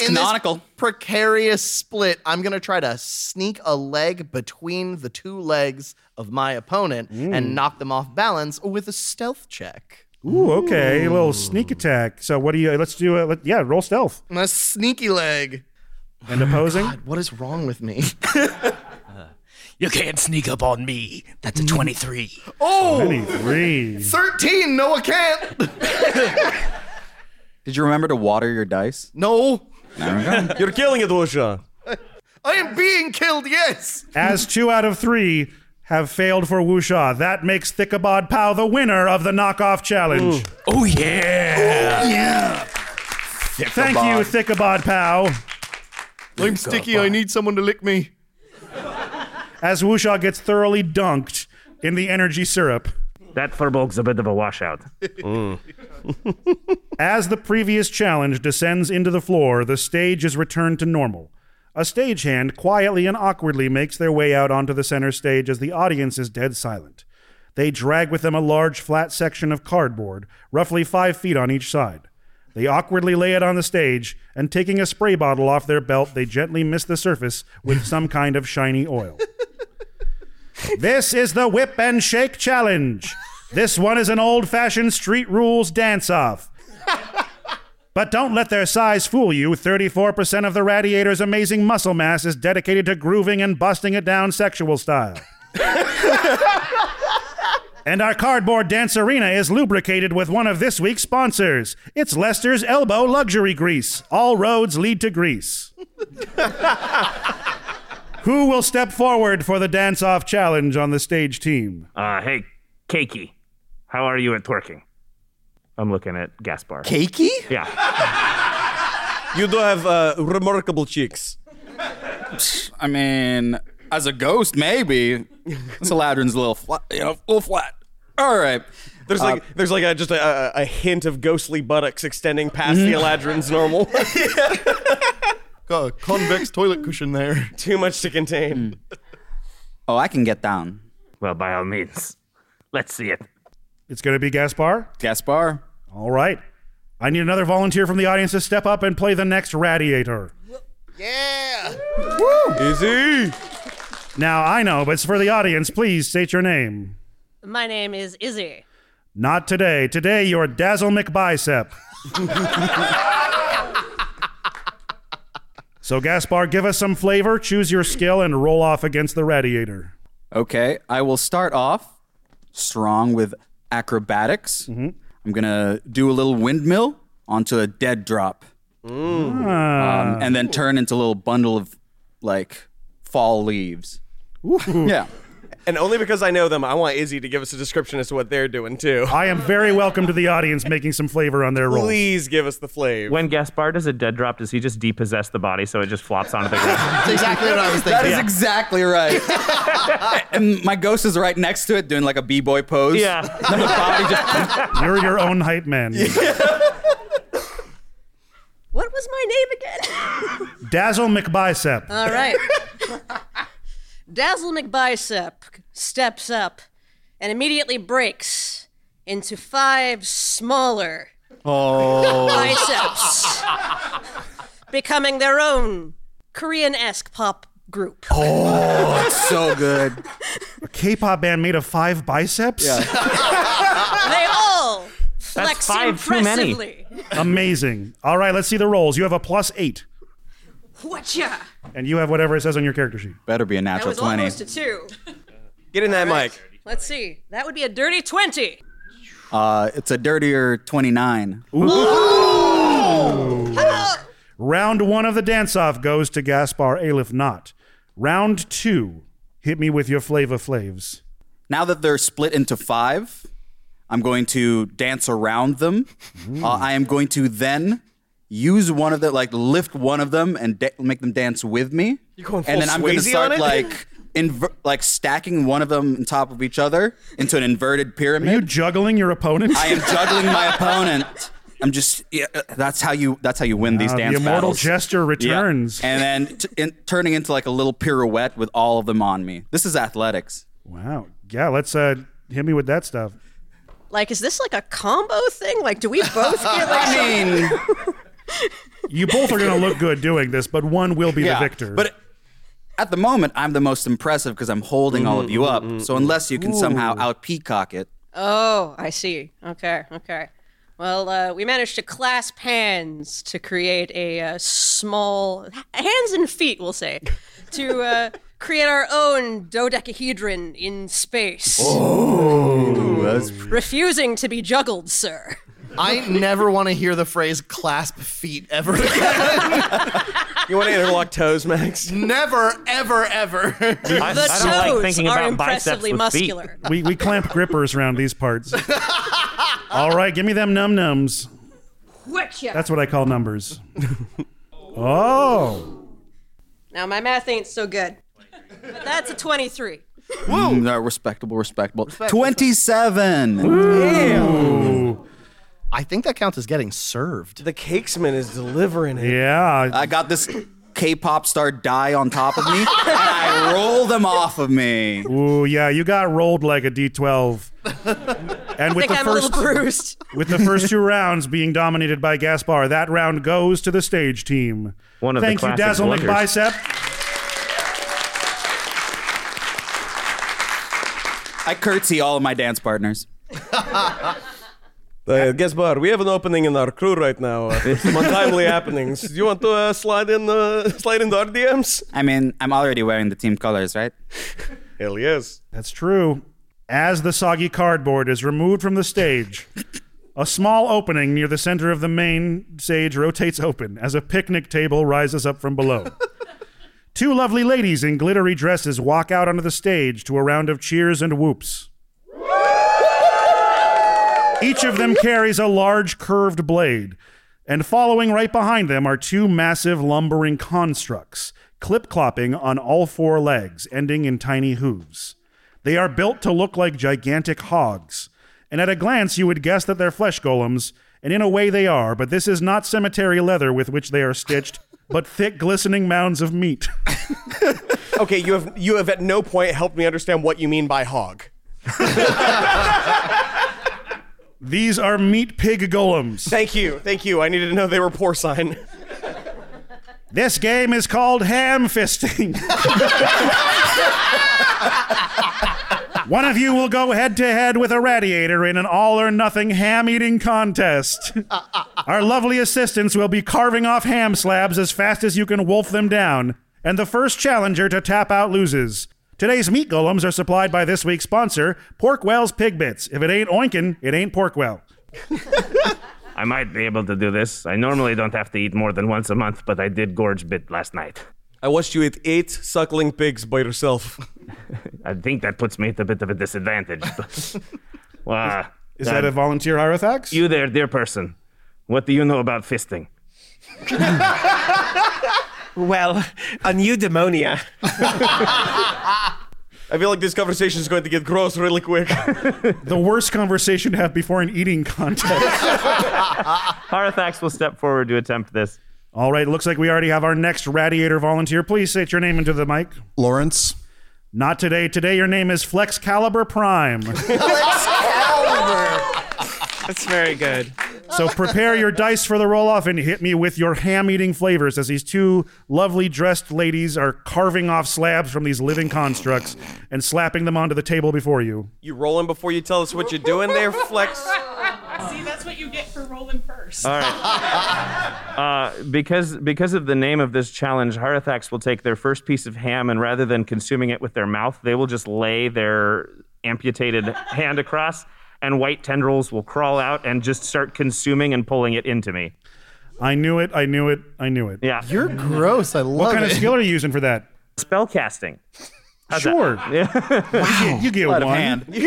Speaker 3: In canonical. This precarious split, I'm going to try to sneak a leg between the two legs of my opponent and knock them off balance with a stealth check.
Speaker 1: Ooh, okay, a little sneak attack. So what do you? Let's do it. Let, yeah, roll stealth
Speaker 3: My sneaky leg.
Speaker 1: and opposing.
Speaker 3: Oh What is wrong with me?
Speaker 11: You can't sneak up on me. That's
Speaker 3: Mm.
Speaker 11: a 23.
Speaker 3: Oh,
Speaker 1: Twenty-three.
Speaker 3: 13. Noah can't.
Speaker 8: Did you remember to water your dice?
Speaker 3: No.
Speaker 8: There we go.
Speaker 2: You're killing it, Lucia.
Speaker 3: I am being killed, yes.
Speaker 1: As two out of three have failed for Wusha, that makes Thickabod Pow the winner of the knockoff challenge.
Speaker 11: Oh, yeah.
Speaker 1: Thank you, Thickabod Pow.
Speaker 7: I'm sticky. I need someone to lick me.
Speaker 1: As Wusha gets thoroughly dunked in the energy syrup.
Speaker 4: That Furbolg's a bit of a washout.
Speaker 1: As the previous challenge descends into the floor, the stage is returned to normal. A stagehand quietly and awkwardly makes their way out onto the center stage as the audience is dead silent. They drag with them a large flat section of cardboard, roughly five feet on each side. They awkwardly lay it on the stage, and taking a spray bottle off their belt, they gently miss the surface with some kind of shiny oil. This is the Whip and Shake Challenge. This one is an old fashioned street rules dance off. But don't let their size fool you. 34% of the radiator's amazing muscle mass is dedicated to grooving and busting it down sexual style. and our cardboard dance arena is lubricated with one of this week's sponsors. It's Lester's Elbow Luxury Grease. All roads lead to Greece. Who will step forward for the dance off challenge on the stage team?
Speaker 4: Uh, hey, Keiki, how are you at twerking? I'm looking at Gaspar.
Speaker 3: Cakey?
Speaker 4: yeah.
Speaker 2: You do have uh, remarkable cheeks.
Speaker 8: I mean, as a ghost, maybe. Saladrin's a little flat, you know, a little flat. All right. Uh,
Speaker 2: There's like there's like a, just a, a a hint of ghostly buttocks extending past
Speaker 8: Mm.
Speaker 2: the Eladrin's normal.
Speaker 7: Got a convex toilet cushion there.
Speaker 2: Too much to contain.
Speaker 8: Hmm. Oh, I can get down.
Speaker 4: Well, by all means, let's see it.
Speaker 1: It's going to be Gaspar.
Speaker 8: Gaspar.
Speaker 1: All right. I need another volunteer from the audience to step up and play the next Radiator.
Speaker 3: Yeah.
Speaker 2: Easy.
Speaker 1: Now, I know, but it's for the audience. Please state your name.
Speaker 12: My name is Izzy.
Speaker 1: Not today. Today, you're Dazzle McBicep. so, Gaspar, give us some flavor, choose your skill, and roll off against the Radiator.
Speaker 8: Okay, I will start off strong with acrobatics.
Speaker 7: Mm-hmm.
Speaker 8: I'm gonna do a little windmill onto a dead drop,
Speaker 7: Ah.
Speaker 8: um, and then turn into a little bundle of like fall leaves. Yeah,
Speaker 2: And only because I know them, I want Izzy to give us a description as to what they're doing too.
Speaker 1: I am very welcome to the audience making some flavor on their roll.
Speaker 2: Please give us the flavor.
Speaker 4: When Gaspar does a dead drop, does he just depossess the body so it just flops onto the ground?
Speaker 3: That's exactly what I was
Speaker 8: that
Speaker 3: thinking.
Speaker 8: is exactly right. and my ghost is right next to it, doing like a b-boy pose.
Speaker 4: yeah.
Speaker 8: And the body just-
Speaker 1: You're your own hype man.
Speaker 12: What was my name again?
Speaker 1: Dazzle McBicep.
Speaker 12: All right. Dazzle McBicep steps up and immediately breaks into five smaller
Speaker 8: Oh.
Speaker 12: biceps, becoming their own Korean esque pop group.
Speaker 8: Oh, so good.
Speaker 1: A K pop band made of five biceps?
Speaker 12: They all flex
Speaker 4: five too many.
Speaker 12: impressively.
Speaker 1: Amazing. All right, let's see the rolls. You have a plus eight,
Speaker 12: Whatcha?
Speaker 1: and you have whatever it says on your character sheet.
Speaker 8: Better be a
Speaker 12: That
Speaker 8: natural
Speaker 12: was
Speaker 8: twenty.
Speaker 12: almost a two.
Speaker 2: Get in that mic.
Speaker 12: Let's see. That would be a dirty 20.
Speaker 8: Uh, it's a dirtier twenty-nine.
Speaker 1: Round one of the dance off goes to Gaspar Alif Knot. Round two, hit me with your flavor flaves.
Speaker 8: Now that they're split into five, I'm going to dance around them. Uh, I am going to then use one of the like lift one of them and da- make them dance with me.
Speaker 2: You going full
Speaker 8: and then I'm going to
Speaker 2: Swayze on
Speaker 8: start
Speaker 2: it?
Speaker 8: like inver- like stacking one of them on top of each other into an inverted pyramid.
Speaker 1: Are you juggling your opponent?
Speaker 8: I am juggling my opponent. I'm just yeah, uh, that's how you that's how you win these
Speaker 1: Ah, the
Speaker 8: dance
Speaker 1: immortal
Speaker 8: battles.
Speaker 1: gesture returns.
Speaker 8: Yeah. And then t- in, turning into like a little pirouette with all of them on me. This is athletics.
Speaker 1: Wow. Yeah, let's uh, hit me with that stuff.
Speaker 12: Like, is this like a combo thing? Like, do we both get like?
Speaker 8: I mean,
Speaker 1: You both are going to look good doing this, but one will be
Speaker 8: Yeah,
Speaker 1: the victor.
Speaker 8: But at the moment, I'm the most impressive because I'm holding all
Speaker 3: Mm,
Speaker 8: of you up. so unless you can somehow
Speaker 12: Ooh.
Speaker 8: out peacock it,
Speaker 12: Oh, I see. Okay, okay. Well, uh, we managed to clasp hands to create a uh, small hands and feet, we'll say, to uh, create our own dodecahedron in space,
Speaker 3: Oh,
Speaker 8: that's
Speaker 12: refusing to be juggled, sir.
Speaker 3: I never want to hear the phrase clasp feet ever again.
Speaker 2: You want to interlock toes, Max?
Speaker 3: Never, ever, ever.
Speaker 12: The toes are impressively muscular.
Speaker 1: we, we clamp grippers around these parts. All right, give me them num nums. That's what I call numbers. Oh.
Speaker 12: Now my math ain't so good, but that's a twenty-three.
Speaker 8: Whoa. mm, respectable, respectable.
Speaker 12: Respectable.
Speaker 8: 27.
Speaker 3: I think that counts as getting served.
Speaker 2: The Cakesman is delivering it.
Speaker 1: Yeah.
Speaker 8: I got this K-pop star die on top of me, and I roll them off of me.
Speaker 1: Ooh, yeah, you got rolled like a D12. And with
Speaker 12: think
Speaker 1: the
Speaker 12: I'm a little
Speaker 1: first
Speaker 12: bruised.
Speaker 1: with the first two rounds being dominated by Gaspar, that round goes to the stage team.
Speaker 4: One of the
Speaker 1: Thank you,
Speaker 4: classic
Speaker 1: Dazzle
Speaker 4: blunders.
Speaker 1: McBicep.
Speaker 8: I curtsy all of my dance partners.
Speaker 2: Uh, guess what? We have an opening in our crew right now. Uh, some untimely happenings. Do you want to uh, slide in? Uh, slide into our DMs?
Speaker 8: I mean, I'm already wearing the team colors, right?
Speaker 2: Hell yes.
Speaker 1: That's true. As the soggy cardboard is removed from the stage, a small opening near the center of the main stage rotates open as a picnic table rises up from below. Two lovely ladies in glittery dresses walk out onto the stage to a round of cheers and whoops. Each of them carries a large curved blade, and following right behind them are two massive lumbering constructs, clip clopping on all four legs, ending in tiny hooves. They are built to look like gigantic hogs, and at a glance you would guess that they're flesh golems, and in a way they are, but this is not cemetery leather with which they are stitched, but thick glistening mounds of meat.
Speaker 2: Okay, you have you have at no point helped me understand what you mean by hog.
Speaker 1: These are meat pig golems.
Speaker 2: Thank you, thank you. I needed to know they were porcine.
Speaker 1: This game is called ham fisting. One of you will go head to head with a radiator in an all or nothing ham eating contest. Our lovely assistants will be carving off ham slabs as fast as you can wolf them down, and the first challenger to tap out loses. Today's meat golems are supplied by this week's sponsor, Porkwell's Pig Bits. If it ain't oinkin', it ain't Porkwell.
Speaker 4: I might be able to do this. I normally don't have to eat more than once a month, but I did gorge a bit last night.
Speaker 2: I watched you eat eight suckling pigs by yourself.
Speaker 4: I think that puts me at a bit of a disadvantage. but- Wow.
Speaker 1: Is that a volunteer Hierothax?
Speaker 4: You there, dear person. What do you know about fisting?
Speaker 6: Well, a new demonia.
Speaker 2: I feel like this conversation is going to get gross really quick.
Speaker 1: The worst conversation to have before an eating contest.
Speaker 4: Harathax will step forward to attempt this.
Speaker 1: All right, looks like we already have our next radiator volunteer. Please state your name into the mic.
Speaker 10: Lawrence.
Speaker 1: Not today. Today, your name is Flex Caliber Prime.
Speaker 6: That's very good.
Speaker 1: so prepare your dice for the roll off and hit me with your ham eating flavors as these two lovely dressed ladies are carving off slabs from these living constructs and slapping them onto the table before you.
Speaker 2: You rolling before you tell us what you're doing there, Flex?
Speaker 13: See, that's what you get for rolling first.
Speaker 4: All right. Uh, because because of the name of this challenge, Harathax will take their first piece of ham and rather than consuming it with their mouth, they will just lay their amputated hand across, and white tendrils will crawl out and just start consuming and pulling it into me.
Speaker 1: I knew it. I knew it. I knew it.
Speaker 4: Yeah.
Speaker 3: You're gross. I love
Speaker 1: What kind
Speaker 3: it.
Speaker 1: of skill are you using for that?
Speaker 4: Spell casting.
Speaker 1: sure. wow. You get one.
Speaker 6: he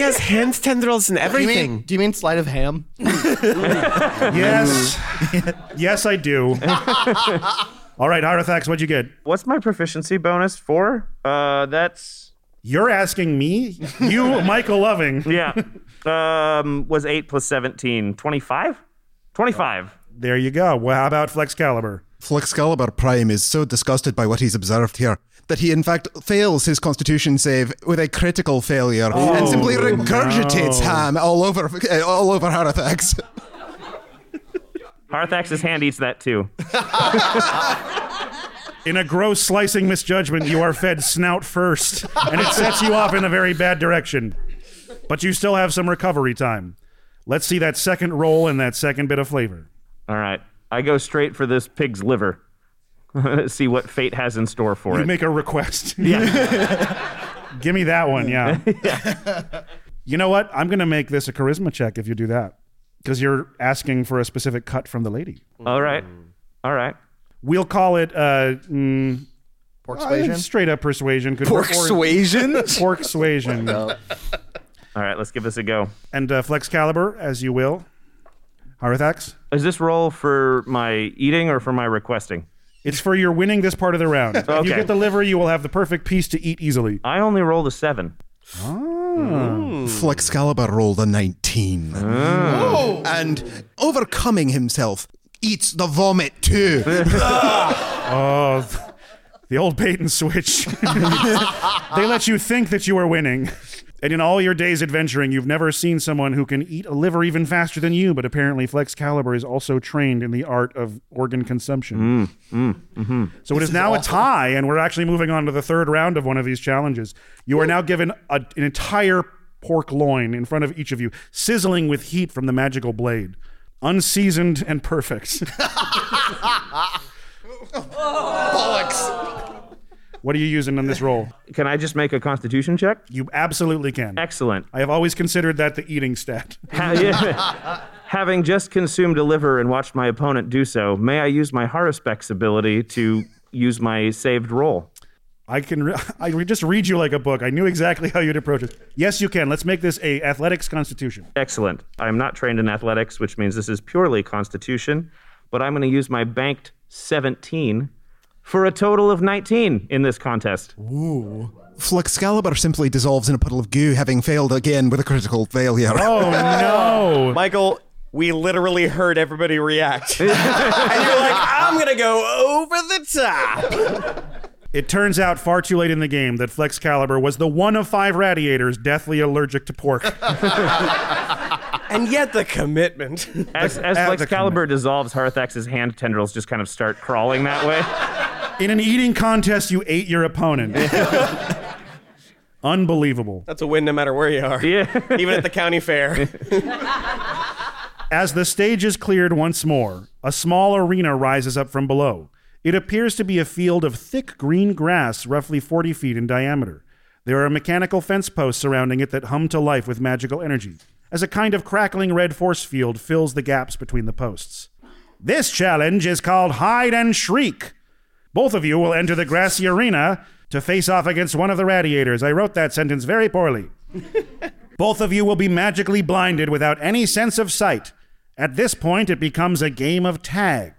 Speaker 6: has hand tendrils and everything.
Speaker 3: Do you mean, do you mean sleight of ham?
Speaker 1: yes. yes, I do. All right, Artifacts, what'd you get?
Speaker 4: What's my proficiency bonus? Four? Uh, that's.
Speaker 1: You're asking me? You, Michael Loving.
Speaker 4: Yeah. Um, was 8 plus 17. 25? 25.
Speaker 1: There you go. Well, how about Flexcalibur?
Speaker 14: Flexcalibur Prime is so disgusted by what he's observed here that he, in fact, fails his constitution save with a critical failure and simply regurgitates
Speaker 4: no.
Speaker 14: ham all over uh, all over Harafax.
Speaker 4: Harthax's hand eats that too.
Speaker 1: In a gross slicing misjudgment, you are fed snout first, and it sets you off in a very bad direction. But you still have some recovery time. Let's see that second roll and that second bit of flavor.
Speaker 4: All right. I go straight for this pig's liver. See what fate has in store for
Speaker 1: you
Speaker 4: it.
Speaker 1: make a request. Yeah. Give me that one, yeah. You know what? I'm going to make this a charisma check if you do that because you're asking for a specific cut from the lady.
Speaker 4: All right. All right.
Speaker 1: We'll call it uh, mm,
Speaker 3: Porksuasion?
Speaker 1: uh, straight up persuasion. Could
Speaker 4: Porksuasion?
Speaker 1: Pork persuasion.
Speaker 4: All right, let's give this a go.
Speaker 1: And uh, flex caliber as you will. Harithax.
Speaker 4: Is this roll for my eating or for my requesting?
Speaker 1: It's for your winning this part of the round. If
Speaker 4: Okay.
Speaker 1: you get the liver, you will have the perfect piece to eat easily.
Speaker 4: I only rolled a seven.
Speaker 14: Hmm. Flexcalibur rolled a 19. Ah. And overcoming himself, eats the vomit too.
Speaker 1: Oh, th- the old bait and switch. they let you think that you are winning. And in all your days adventuring, you've never seen someone who can eat a liver even faster than you, but apparently Flex Caliber is also trained in the art of organ consumption. So it is, now a tie, and we're actually moving on to the third round of one of these challenges. You are now given a, an entire pork loin in front of each of you, sizzling with heat from the magical blade, unseasoned and perfect. What are you using on this roll?
Speaker 4: Can I just make a constitution check?
Speaker 1: You absolutely can.
Speaker 4: Excellent.
Speaker 1: I have always considered that the eating stat.
Speaker 4: Ha- yeah. Having just consumed a liver and watched my opponent do so, may I use my Haruspex ability to use my saved roll?
Speaker 1: I can re- I re- just read you like a book. I knew exactly how you'd approach it. Yes, you can. Let's make this a athletics constitution.
Speaker 4: Excellent. I'm not trained in athletics, which means this is purely constitution, but I'm going to use my banked 17 for a total of 19 in this contest.
Speaker 14: Ooh. Flexcalibur simply dissolves in a puddle of goo, having failed again with a critical failure.
Speaker 4: Oh,
Speaker 1: no.
Speaker 2: Michael, we literally heard everybody react. and you're like, I'm going to go over the top.
Speaker 1: It turns out far too late in the game that Flexcalibur was the one of five radiators deathly allergic to pork.
Speaker 2: And yet the commitment.
Speaker 4: As, as Excalibur dissolves, Harthax's hand tendrils just kind of start crawling that way.
Speaker 1: in an eating contest, you ate your opponent. Unbelievable.
Speaker 2: That's a win no matter where you are.
Speaker 4: Yeah.
Speaker 2: Even at the county fair.
Speaker 1: As the stage is cleared once more, a small arena rises up from below. It appears to be a field of thick green grass, roughly 40 feet in diameter. There are mechanical fence posts surrounding it that hum to life with magical energy, as a kind of crackling red force field fills the gaps between the posts. This challenge is called Hide and Shriek. Both of you will enter the grassy arena to face off against one of the radiators. I wrote that sentence very poorly. Both of you will be magically blinded without any sense of sight. At this point, it becomes a game of tag.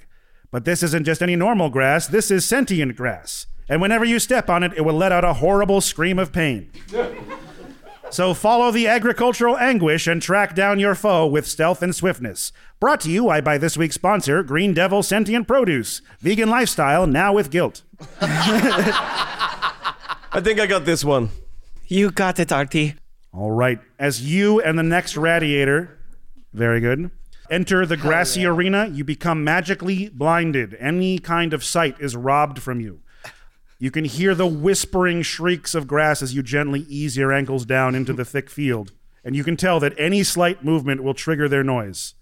Speaker 1: But this isn't just any normal grass, this is sentient grass. And whenever you step on it, it will let out a horrible scream of pain. so follow the agricultural anguish and track down your foe with stealth and swiftness. Brought to you by, by this week's sponsor, Green Devil Sentient Produce. Vegan lifestyle now with guilt.
Speaker 2: I think I got this one.
Speaker 6: You got it, Artie.
Speaker 1: All right. As you and the next radiator, very good, enter the grassy arena, you become magically blinded. Any kind of sight is robbed from you. You can hear the whispering shrieks of grass as you gently ease your ankles down into the thick field, and you can tell that any slight movement will trigger their noise.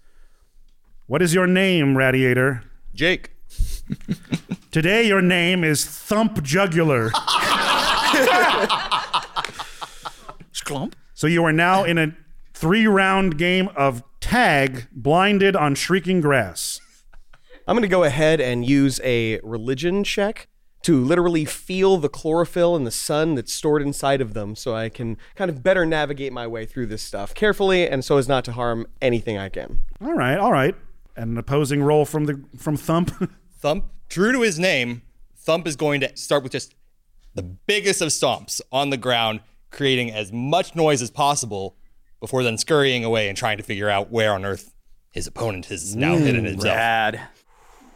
Speaker 1: What is your name, radiator?
Speaker 2: Jake.
Speaker 1: Today, your name is Thump Jugular.
Speaker 11: Schlump.
Speaker 1: So you are now in a three round game of tag, blinded on shrieking grass.
Speaker 2: I'm going to go ahead and use a religion check to literally feel the chlorophyll in the sun that's stored inside of them so I can kind of better navigate my way through this stuff carefully and so as not to harm anything I can.
Speaker 1: All right, all right. And an opposing roll from the from Thump.
Speaker 15: Thump, true to his name, Thump is going to start with just the biggest of stomps on the ground, creating as much noise as possible before then scurrying away and trying to figure out where on earth his opponent has now
Speaker 1: Mm,
Speaker 15: hidden himself.
Speaker 1: rad.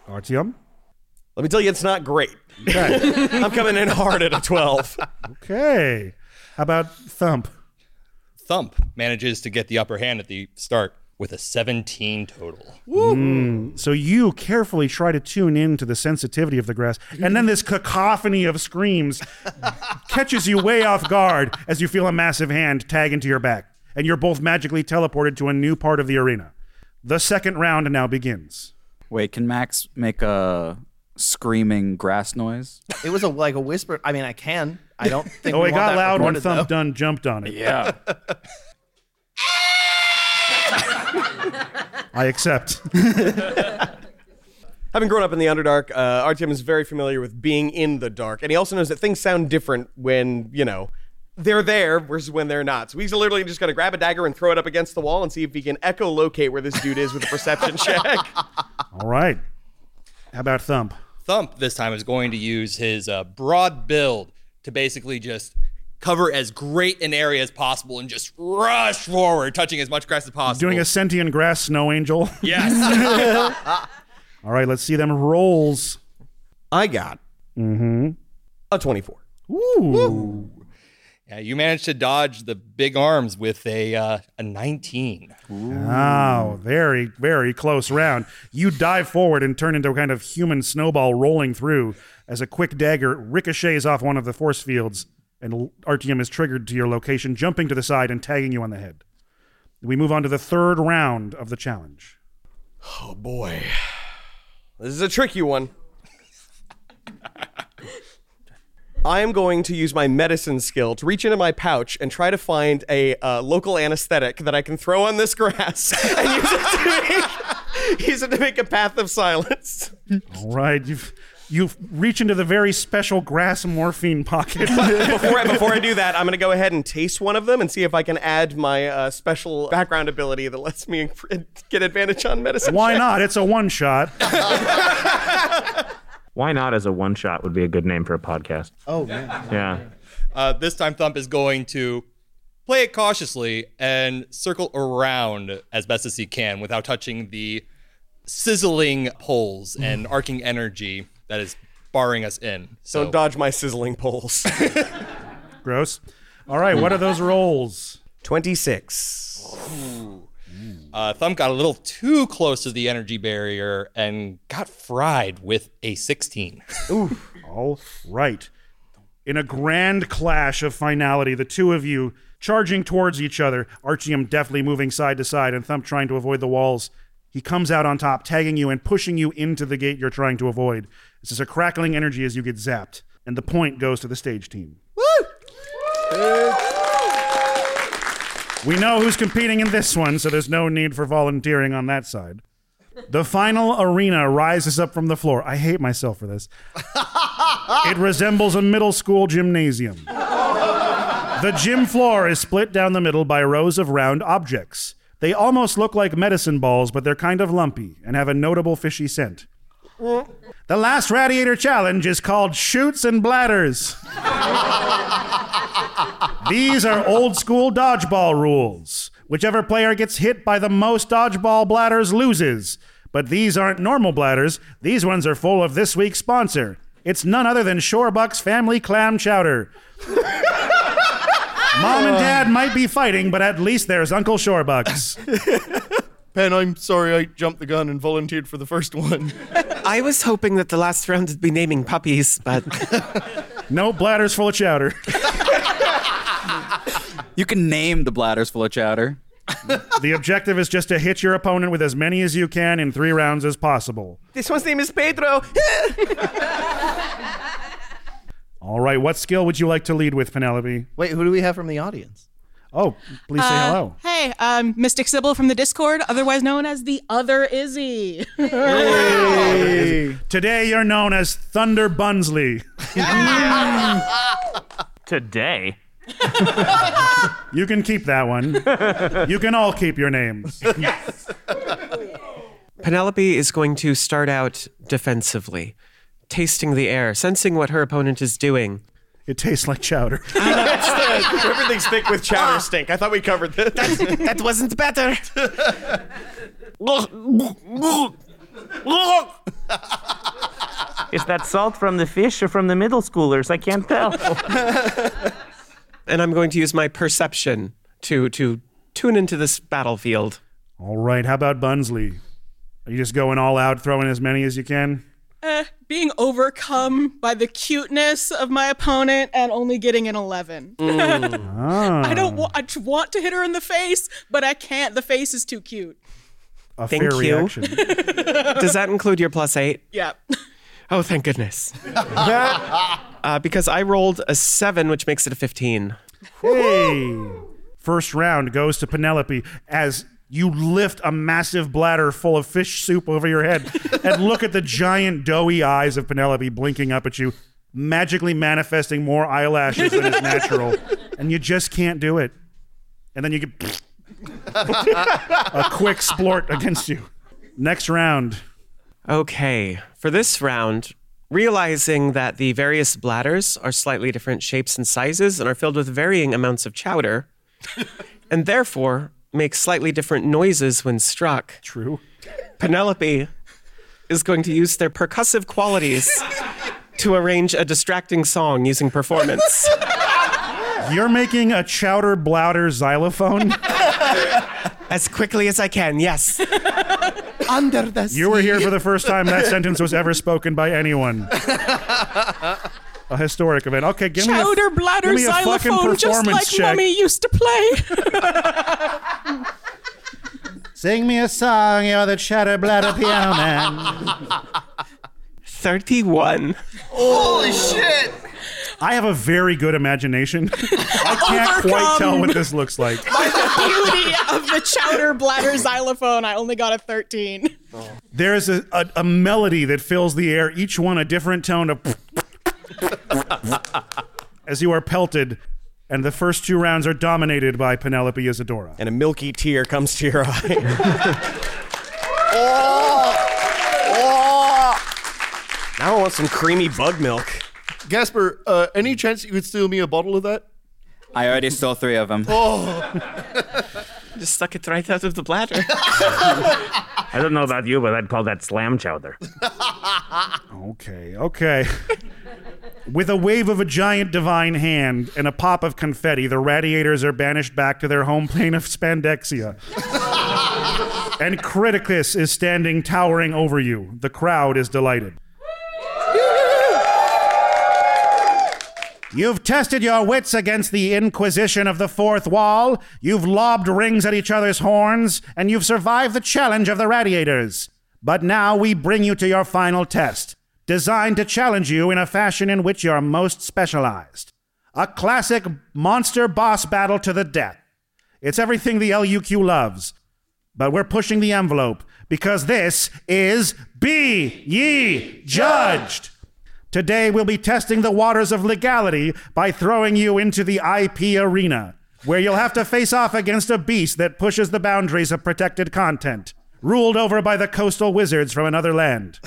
Speaker 1: RTM?
Speaker 2: Let me tell you, it's not great.
Speaker 1: I'm
Speaker 2: coming in hard at a 12.
Speaker 1: Okay. How about Thump?
Speaker 15: Thump manages to get the upper hand at the start with a 17 total.
Speaker 1: Mm. So you carefully try to tune in to the sensitivity of the grass, and then this cacophony of screams catches you way off guard as you feel a massive hand tag into your back, and you're both magically teleported to a new part of the arena. The second round now begins.
Speaker 8: Wait, can Max make a screaming grass noise?
Speaker 3: It was a like a whisper. I mean, I can. I don't think.
Speaker 8: Oh,
Speaker 3: we
Speaker 8: it
Speaker 3: want
Speaker 8: got
Speaker 3: that
Speaker 8: loud when
Speaker 3: recorded,
Speaker 1: Thump
Speaker 3: though.
Speaker 1: Dunn jumped on it.
Speaker 8: Yeah.
Speaker 1: I accept.
Speaker 2: Having grown up in the Underdark, uh, RTM is very familiar with being in the dark, and he also knows that things sound different when, you know, they're there versus when they're not. So he's literally just going to grab a dagger and throw it up against the wall and see if he can echolocate where this dude is with a perception check.
Speaker 1: All right. How about Thump?
Speaker 15: Thump this time is going to use his uh, broad build to basically just cover as great an area as possible and just rush forward, touching as much grass as possible.
Speaker 1: Doing a sentient grass snow angel.
Speaker 15: yes.
Speaker 1: All right, let's see them rolls.
Speaker 2: I got
Speaker 1: mm-hmm.
Speaker 2: a 24.
Speaker 1: Ooh.
Speaker 15: yeah, you managed to dodge the big arms with a uh, a 19.
Speaker 1: Wow, very, very close round. You dive forward and turn into a kind of human snowball rolling through as a quick dagger ricochets off one of the force fields, and l- RTM is triggered to your location, jumping to the side and tagging you on the head. We move on to the third round of the challenge.
Speaker 2: Oh, boy. This is a tricky one. I am going to use my medicine skill to reach into my pouch and try to find a uh, local anesthetic that I can throw on this grass and use it to make, use it to make a path of silence.
Speaker 1: All right, you've you reach into the very special grass morphine pocket.
Speaker 2: before, I, before I do that, I'm going to go ahead and taste one of them and see if I can add my uh, special background ability that lets me inc- get advantage on medicine.
Speaker 1: Why
Speaker 2: checks.
Speaker 1: not? It's a one shot.
Speaker 4: Why not as a one shot would be a good name for a podcast.
Speaker 3: Oh, yeah.
Speaker 4: Yeah.
Speaker 15: Uh, this time, Thump is going to play it cautiously and circle around as best as he can without touching the sizzling poles
Speaker 1: Mm.
Speaker 15: and arcing energy that is barring us in. So
Speaker 2: Don't dodge my sizzling poles.
Speaker 1: Gross. All right, what are those rolls?
Speaker 2: 26.
Speaker 15: Uh, Thump got a little too close to the energy barrier and got fried with a 16.
Speaker 1: Ooh. All right. In a grand clash of finality, the two of you charging towards each other, Archium deftly moving side to side and Thump trying to avoid the walls. He comes out on top, tagging you and pushing you into the gate you're trying to avoid. This is a crackling energy as you get zapped, and the point goes to the stage team. We know who's competing in this one, so there's no need for volunteering on that side. The final arena rises up from the floor. I hate myself for this. it resembles a middle school gymnasium. The gym floor is split down the middle by rows of round objects. They almost look like medicine balls, but they're kind of lumpy and have a notable fishy scent. The last radiator challenge is called Shoots and Bladders. These are old school dodgeball rules. Whichever player gets hit by the most dodgeball bladders loses. But these aren't normal bladders. These ones are full of this week's sponsor. It's none other than Shorebuck's Family Clam Chowder. Mom and Dad might be fighting, but at least there's Uncle Shorebucks.
Speaker 7: Pen, I'm sorry I jumped the gun and volunteered for the first one.
Speaker 6: I was hoping that the last round would be naming puppies, but
Speaker 1: no bladders full of chowder.
Speaker 8: You can name the bladders full of chowder.
Speaker 1: the objective is just to hit your opponent with as many as you can in three rounds as possible.
Speaker 2: This one's name is Pedro.
Speaker 1: All right, what skill would you like to lead with, Penelope?
Speaker 3: Wait, who do we have from the audience?
Speaker 1: Oh, please say
Speaker 13: Uh,
Speaker 1: hello.
Speaker 13: Hey, um, Mystic Sybil from the Discord, otherwise known as the Other Izzy.
Speaker 1: Today you're known as Thunder Bunsley.
Speaker 4: Today.
Speaker 1: You can keep that one. you can all keep your names.
Speaker 6: Penelope is going to start out defensively, tasting the air, sensing what her opponent is doing.
Speaker 1: It tastes like chowder.
Speaker 16: Everything's thick with
Speaker 1: Ah.
Speaker 16: chowder stink. I thought we covered this. That,
Speaker 6: wasn't better.
Speaker 4: Is that salt from the fish or from the middle schoolers? I can't tell.
Speaker 6: and I'm going to use my perception to to tune into this battlefield.
Speaker 1: All right, how about Bunsley? Are you just going all out, throwing as many as you can?
Speaker 13: uh, being overcome by the cuteness of my opponent and only getting an 11.
Speaker 4: Mm.
Speaker 13: I don't wa- I t- want to hit her in the face, but I can't. The face is too cute.
Speaker 1: ah, A
Speaker 6: Thank
Speaker 1: fair
Speaker 6: you.
Speaker 1: reaction.
Speaker 6: Does that include your plus eight?
Speaker 13: Yeah.
Speaker 6: Oh, thank goodness. Uh, because I rolled a seven, which makes it a 15.
Speaker 1: Hey! First round goes to Penelope as you lift a massive bladder full of fish soup over your head and look at the giant doughy eyes of Penelope blinking up at you, magically manifesting more eyelashes than is natural, and you just can't do it. And then you get a quick splort against you. Next round.
Speaker 6: Okay, for this round, realizing that the various bladders are slightly different shapes and sizes and are filled with varying amounts of chowder, and therefore make slightly different noises when struck.
Speaker 1: True.
Speaker 6: Penelope is going to use their percussive qualities to arrange a distracting song using performance.
Speaker 1: You're making a chowder bladder xylophone?
Speaker 6: As quickly as I can, yes. Under the
Speaker 1: You were here for the first time that sentence was ever spoken by anyone. A historic event. Okay, give me a,
Speaker 13: Chowder bladder
Speaker 1: give me a fucking
Speaker 13: xylophone,
Speaker 1: performance
Speaker 13: just like
Speaker 1: check.
Speaker 13: mummy used to play.
Speaker 17: Sing me a song, you're the cheddar bladder piano man.
Speaker 6: 31.
Speaker 17: Holy shit!
Speaker 1: I have a very good imagination. I can't quite tell what this looks like.
Speaker 13: By the beauty of the chowder bladder xylophone, I only got a 13.
Speaker 1: There is a, a, a melody that fills the air, each one a different tone of as you are pelted, and the first two rounds are dominated by Penelope Isadora.
Speaker 16: And a milky tear comes to your eye.
Speaker 7: Oh!
Speaker 16: now I want some creamy bug milk.
Speaker 7: Gasper, uh, any chance you could steal me a bottle of that?
Speaker 8: I already stole three of them.
Speaker 7: Oh,
Speaker 6: Just suck it right out of the bladder.
Speaker 4: I don't know about you, but I'd call that slam chowder.
Speaker 1: Okay, okay. With a wave of a giant divine hand and a pop of confetti, the radiators are banished back to their home plane of Spandexia. and Criticus is standing towering over you. The crowd is delighted. You've tested your wits against the Inquisition of the Fourth Wall, you've lobbed rings at each other's horns, and you've survived the challenge of the Radiators. But now we bring you to your final test, designed to challenge you in a fashion in which you're most specialized. A classic monster boss battle to the death. It's everything the LUQ loves, but we're pushing the envelope because this is Be Ye Judged! Today, we'll be testing the waters of legality by throwing you into the IP arena, where you'll have to face off against a beast that pushes the boundaries of protected content, ruled over by the coastal wizards from another land.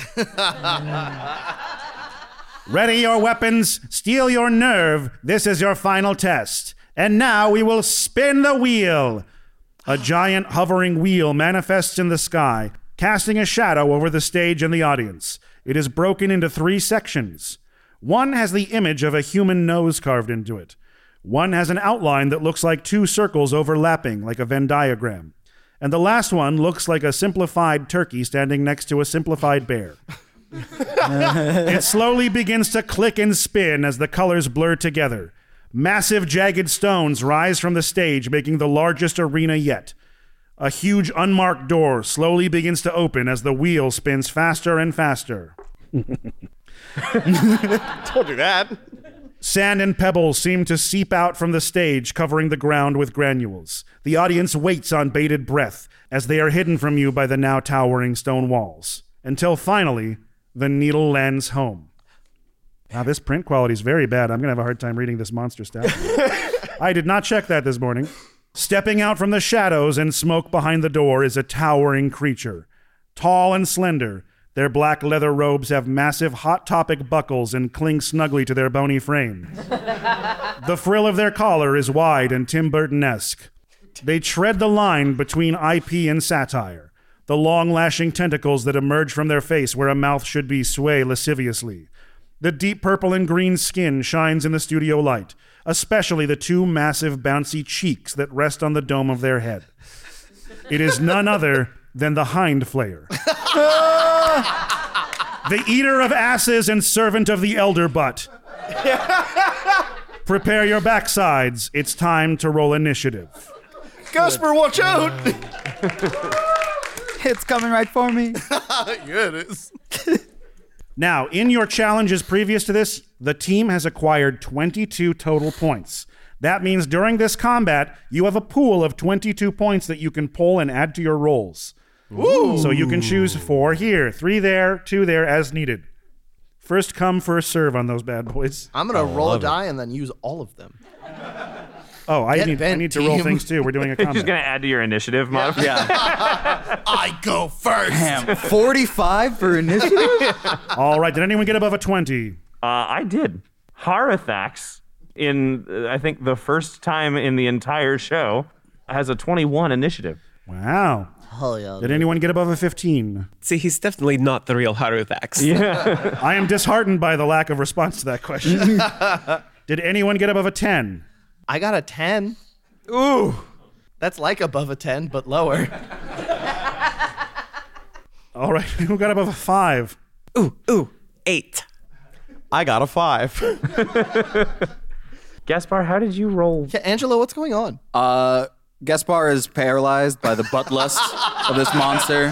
Speaker 1: Ready your weapons, steel your nerve. This is your final test. And now we will spin the wheel. A giant hovering wheel manifests in the sky, casting a shadow over the stage and the audience. It is broken into three sections. One has the image of a human nose carved into it. One has an outline that looks like two circles overlapping, like a Venn diagram. And the last one looks like a simplified turkey standing next to a simplified bear. it slowly begins to click and spin as the colors blur together. Massive jagged stones rise from the stage, making the largest arena yet. A huge unmarked door slowly begins to open as the wheel spins faster and faster.
Speaker 16: Don't do that.
Speaker 1: Sand and pebbles seem to seep out from the stage, covering the ground with granules. The audience waits on bated breath as they are hidden from you by the now towering stone walls, until finally the needle lands home. Wow, this print quality is very bad. I'm going to have a hard time reading this monster stat. I did not check that this morning. Stepping out from the shadows and smoke behind the door is a towering creature. Tall and slender, their black leather robes have massive Hot Topic buckles and cling snugly to their bony frame. The frill of their collar is wide and Tim Burton esque. They tread the line between IP and satire. The long lashing tentacles that emerge from their face where a mouth should be sway lasciviously. The deep purple and green skin shines in the studio light, especially the two massive bouncy cheeks that rest on the dome of their head. It is none other than the hind flayer the eater of asses and servant of the elder butt. Prepare your backsides. It's time to roll initiative.
Speaker 7: Gasper, watch out!
Speaker 8: it's coming right for me.
Speaker 7: yeah, it is.
Speaker 1: Now, in your challenges previous to this, the team has acquired 22 total points. That means during this combat, you have a pool of 22 points that you can pull and add to your rolls.
Speaker 7: Ooh.
Speaker 1: So you can choose four here, three there, two there as needed. First come, first serve on those bad boys.
Speaker 3: I'm gonna roll a die and then use all of them.
Speaker 1: Oh, I
Speaker 3: Get
Speaker 1: need, I
Speaker 3: bent,
Speaker 1: need to roll
Speaker 3: team.
Speaker 1: things too. We're doing a combat.
Speaker 4: She's gonna add to your initiative modifier.
Speaker 1: I go first.
Speaker 8: 45 for initiative?
Speaker 1: All right. Did anyone get above a 20?
Speaker 4: Uh, I did. Harithax, in uh, I think the first time in the entire show, has a 21 initiative.
Speaker 1: Wow.
Speaker 3: Hell yeah.
Speaker 1: Did anyone get above a 15?
Speaker 6: See, he's definitely not the real Haruthax.
Speaker 1: I am disheartened by the lack of response to that question. Did anyone get above a 10?
Speaker 3: I got a 10. Ooh. That's like above a 10, but lower.
Speaker 1: All right. Who got above a 5?
Speaker 6: Ooh, ooh, 8.
Speaker 2: I got a 5.
Speaker 4: Gaspar, how did you roll?
Speaker 3: Yeah, Angelo, what's going on?
Speaker 8: Uh, Gaspar is paralyzed by the butt lust of this monster.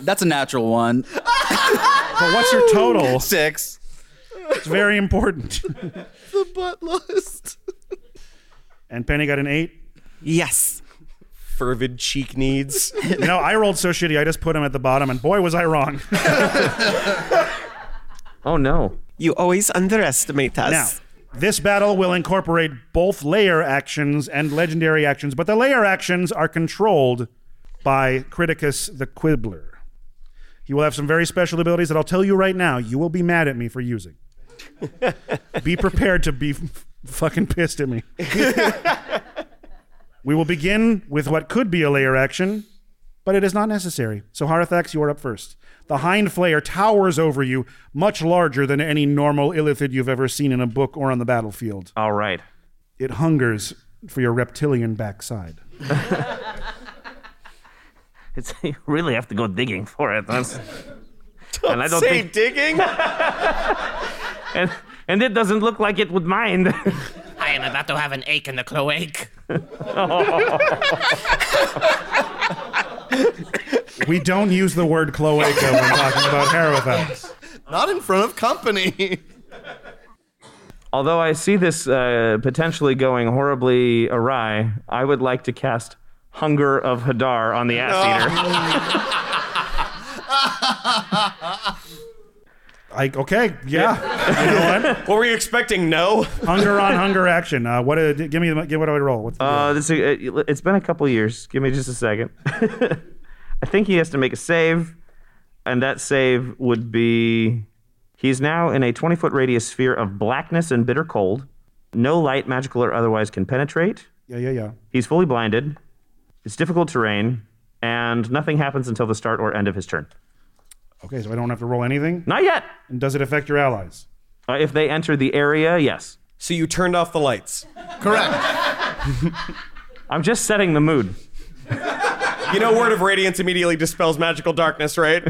Speaker 8: That's a natural one.
Speaker 1: but what's your total?
Speaker 8: Six.
Speaker 1: It's very important.
Speaker 7: the butt lust.
Speaker 1: And Penny got an 8?
Speaker 6: Yes.
Speaker 2: Fervid cheek needs.
Speaker 1: you know, I rolled so shitty, I just put him at the bottom, and boy, was I wrong.
Speaker 4: oh, no.
Speaker 6: You always underestimate us.
Speaker 1: Now, this battle will incorporate both layer actions and legendary actions, but the layer actions are controlled by Criticus the Quibbler. He will have some very special abilities that I'll tell you right now, you will be mad at me for using. be prepared to be f- fucking pissed at me. we will begin with what could be a layer action, but it is not necessary. So, Harithax, you are up first. The hind flayer towers over you, much larger than any normal illithid you've ever seen in a book or on the battlefield.
Speaker 4: All right.
Speaker 1: It hungers for your reptilian backside.
Speaker 4: It's, you really have to go digging for it. That's- and I don't
Speaker 2: Say
Speaker 4: think,
Speaker 2: digging?
Speaker 4: and, and it doesn't look like it would mind.
Speaker 11: I am about to have an ache in the cloaque.
Speaker 1: We don't use the word cloaca when talking about Harithax.
Speaker 7: Not in front of company.
Speaker 4: Although I see this uh, potentially going horribly awry, I would like to cast Hunger of Hadar on the ass eater.
Speaker 1: I, okay, yeah. You know what?
Speaker 2: What were you expecting? No.
Speaker 1: hunger on hunger action. Uh, what? Uh, give me. the- Give what do I roll? What's the
Speaker 4: Uh, this, it, it's been a couple years. Give me just a second. I think he has to make a save, and that save would be he's now in a 20 foot radius sphere of blackness and bitter cold. No light, magical or otherwise, can penetrate.
Speaker 1: yeah, yeah, yeah.
Speaker 4: He's fully blinded. It's difficult terrain, and nothing happens until the start or end of his turn.
Speaker 1: Okay, so I don't have to roll anything.
Speaker 4: Not yet.
Speaker 1: And does it affect your allies?
Speaker 4: Uh, if they enter the area, yes.
Speaker 2: So you turned off the lights.
Speaker 7: Correct.
Speaker 4: I'm just setting the mood.
Speaker 2: You know, Word of Radiance immediately dispels magical darkness, right?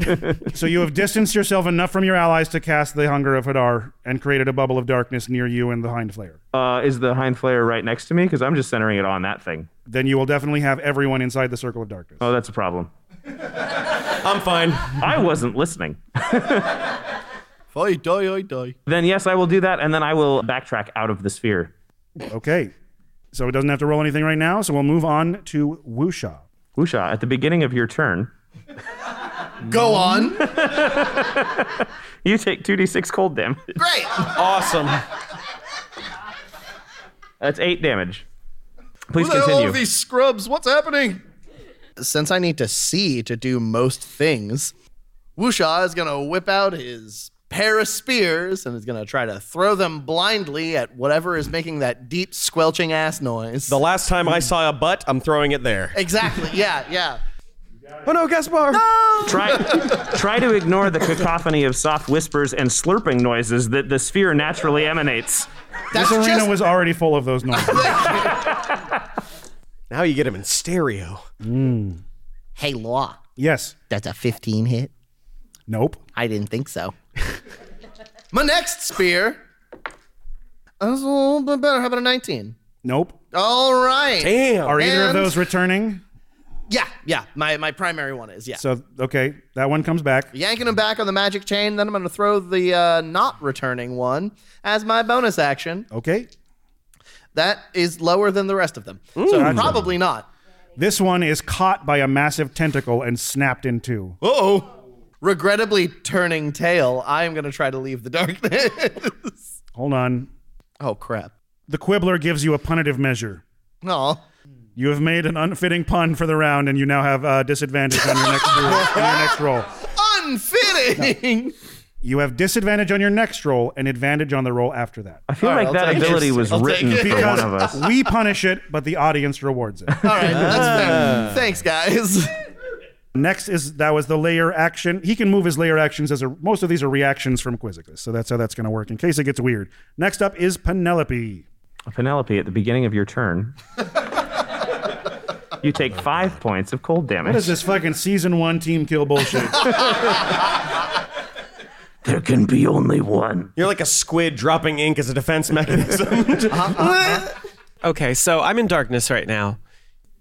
Speaker 1: So you have distanced yourself enough from your allies to cast the hunger of Hadar and created a bubble of darkness near you and the hind flare.
Speaker 4: Uh, is the hind flare right next to me? Because I'm just centering it on that thing.
Speaker 1: Then you will definitely have everyone inside the circle of darkness.
Speaker 4: Oh, that's a problem.
Speaker 2: I'm fine.
Speaker 4: I wasn't listening.
Speaker 7: If I die, I die.
Speaker 4: Then yes, I will do that, and then I will backtrack out of the sphere.
Speaker 1: Okay. So it doesn't have to roll anything right now, so we'll move on to Wusha.
Speaker 4: Wusha, at the beginning of your turn,
Speaker 1: Go on.
Speaker 4: you take 2d6 cold damage.
Speaker 16: Great.
Speaker 4: Awesome. That's eight damage. Please
Speaker 7: Who the hell
Speaker 4: continue.
Speaker 7: are these scrubs? What's happening?
Speaker 3: Since I need to see to do most things, Wusha is going to whip out his pair of spears and is going to try to throw them blindly at whatever is making that deep squelching ass noise.
Speaker 2: The last time I saw a butt, I'm throwing it there.
Speaker 3: Exactly. Yeah, yeah.
Speaker 2: Oh no, Gaspar! No!
Speaker 4: Try, try to ignore the cacophony of soft whispers and slurping noises that the sphere naturally emanates.
Speaker 1: This arena was already full of those noises.
Speaker 2: now you get him in stereo.
Speaker 4: Hmm.
Speaker 3: Hey, Law.
Speaker 1: Yes.
Speaker 3: That's a 15 hit.
Speaker 1: Nope.
Speaker 3: I didn't think so. My next spear. I was a little bit better. How about a 19?
Speaker 1: Nope.
Speaker 3: All right.
Speaker 1: Are either of
Speaker 3: And-
Speaker 1: those returning?
Speaker 3: Yeah, yeah. My my primary one is yeah.
Speaker 1: So okay, that one comes back.
Speaker 3: yanking him back on the magic chain. Then I'm going to throw the uh, not returning one as my bonus action.
Speaker 1: Okay.
Speaker 3: That is lower than the rest of them, so
Speaker 1: Gotcha.
Speaker 3: probably not.
Speaker 1: This one is caught by a massive tentacle and snapped in two.
Speaker 3: Oh. Regrettably turning tail, I am going to try to leave the darkness.
Speaker 1: Hold on.
Speaker 3: Oh crap.
Speaker 1: The quibbler gives you a punitive measure.
Speaker 3: No.
Speaker 1: You have made an unfitting pun for the round, and you now have uh, disadvantage on your next roll. on your next roll.
Speaker 3: Unfitting.
Speaker 1: You have disadvantage on your next roll and advantage on the roll after that.
Speaker 4: I feel like that ability was written for one of us.
Speaker 1: we punish it, but the audience rewards it.
Speaker 3: All right, that's fair. Thanks, guys.
Speaker 1: Next is that was the layer action. He can move his layer actions as a most of these are reactions from Quizicus, so that's how that's going to work. In case it gets weird. Next up is Penelope.
Speaker 4: Penelope, at the beginning of your turn, you take five points of cold damage.
Speaker 1: What is this fucking season one team kill bullshit?
Speaker 4: There can be only one.
Speaker 2: You're like a squid dropping ink as a defense mechanism.
Speaker 3: Uh-huh,
Speaker 6: Okay, so I'm in darkness right now.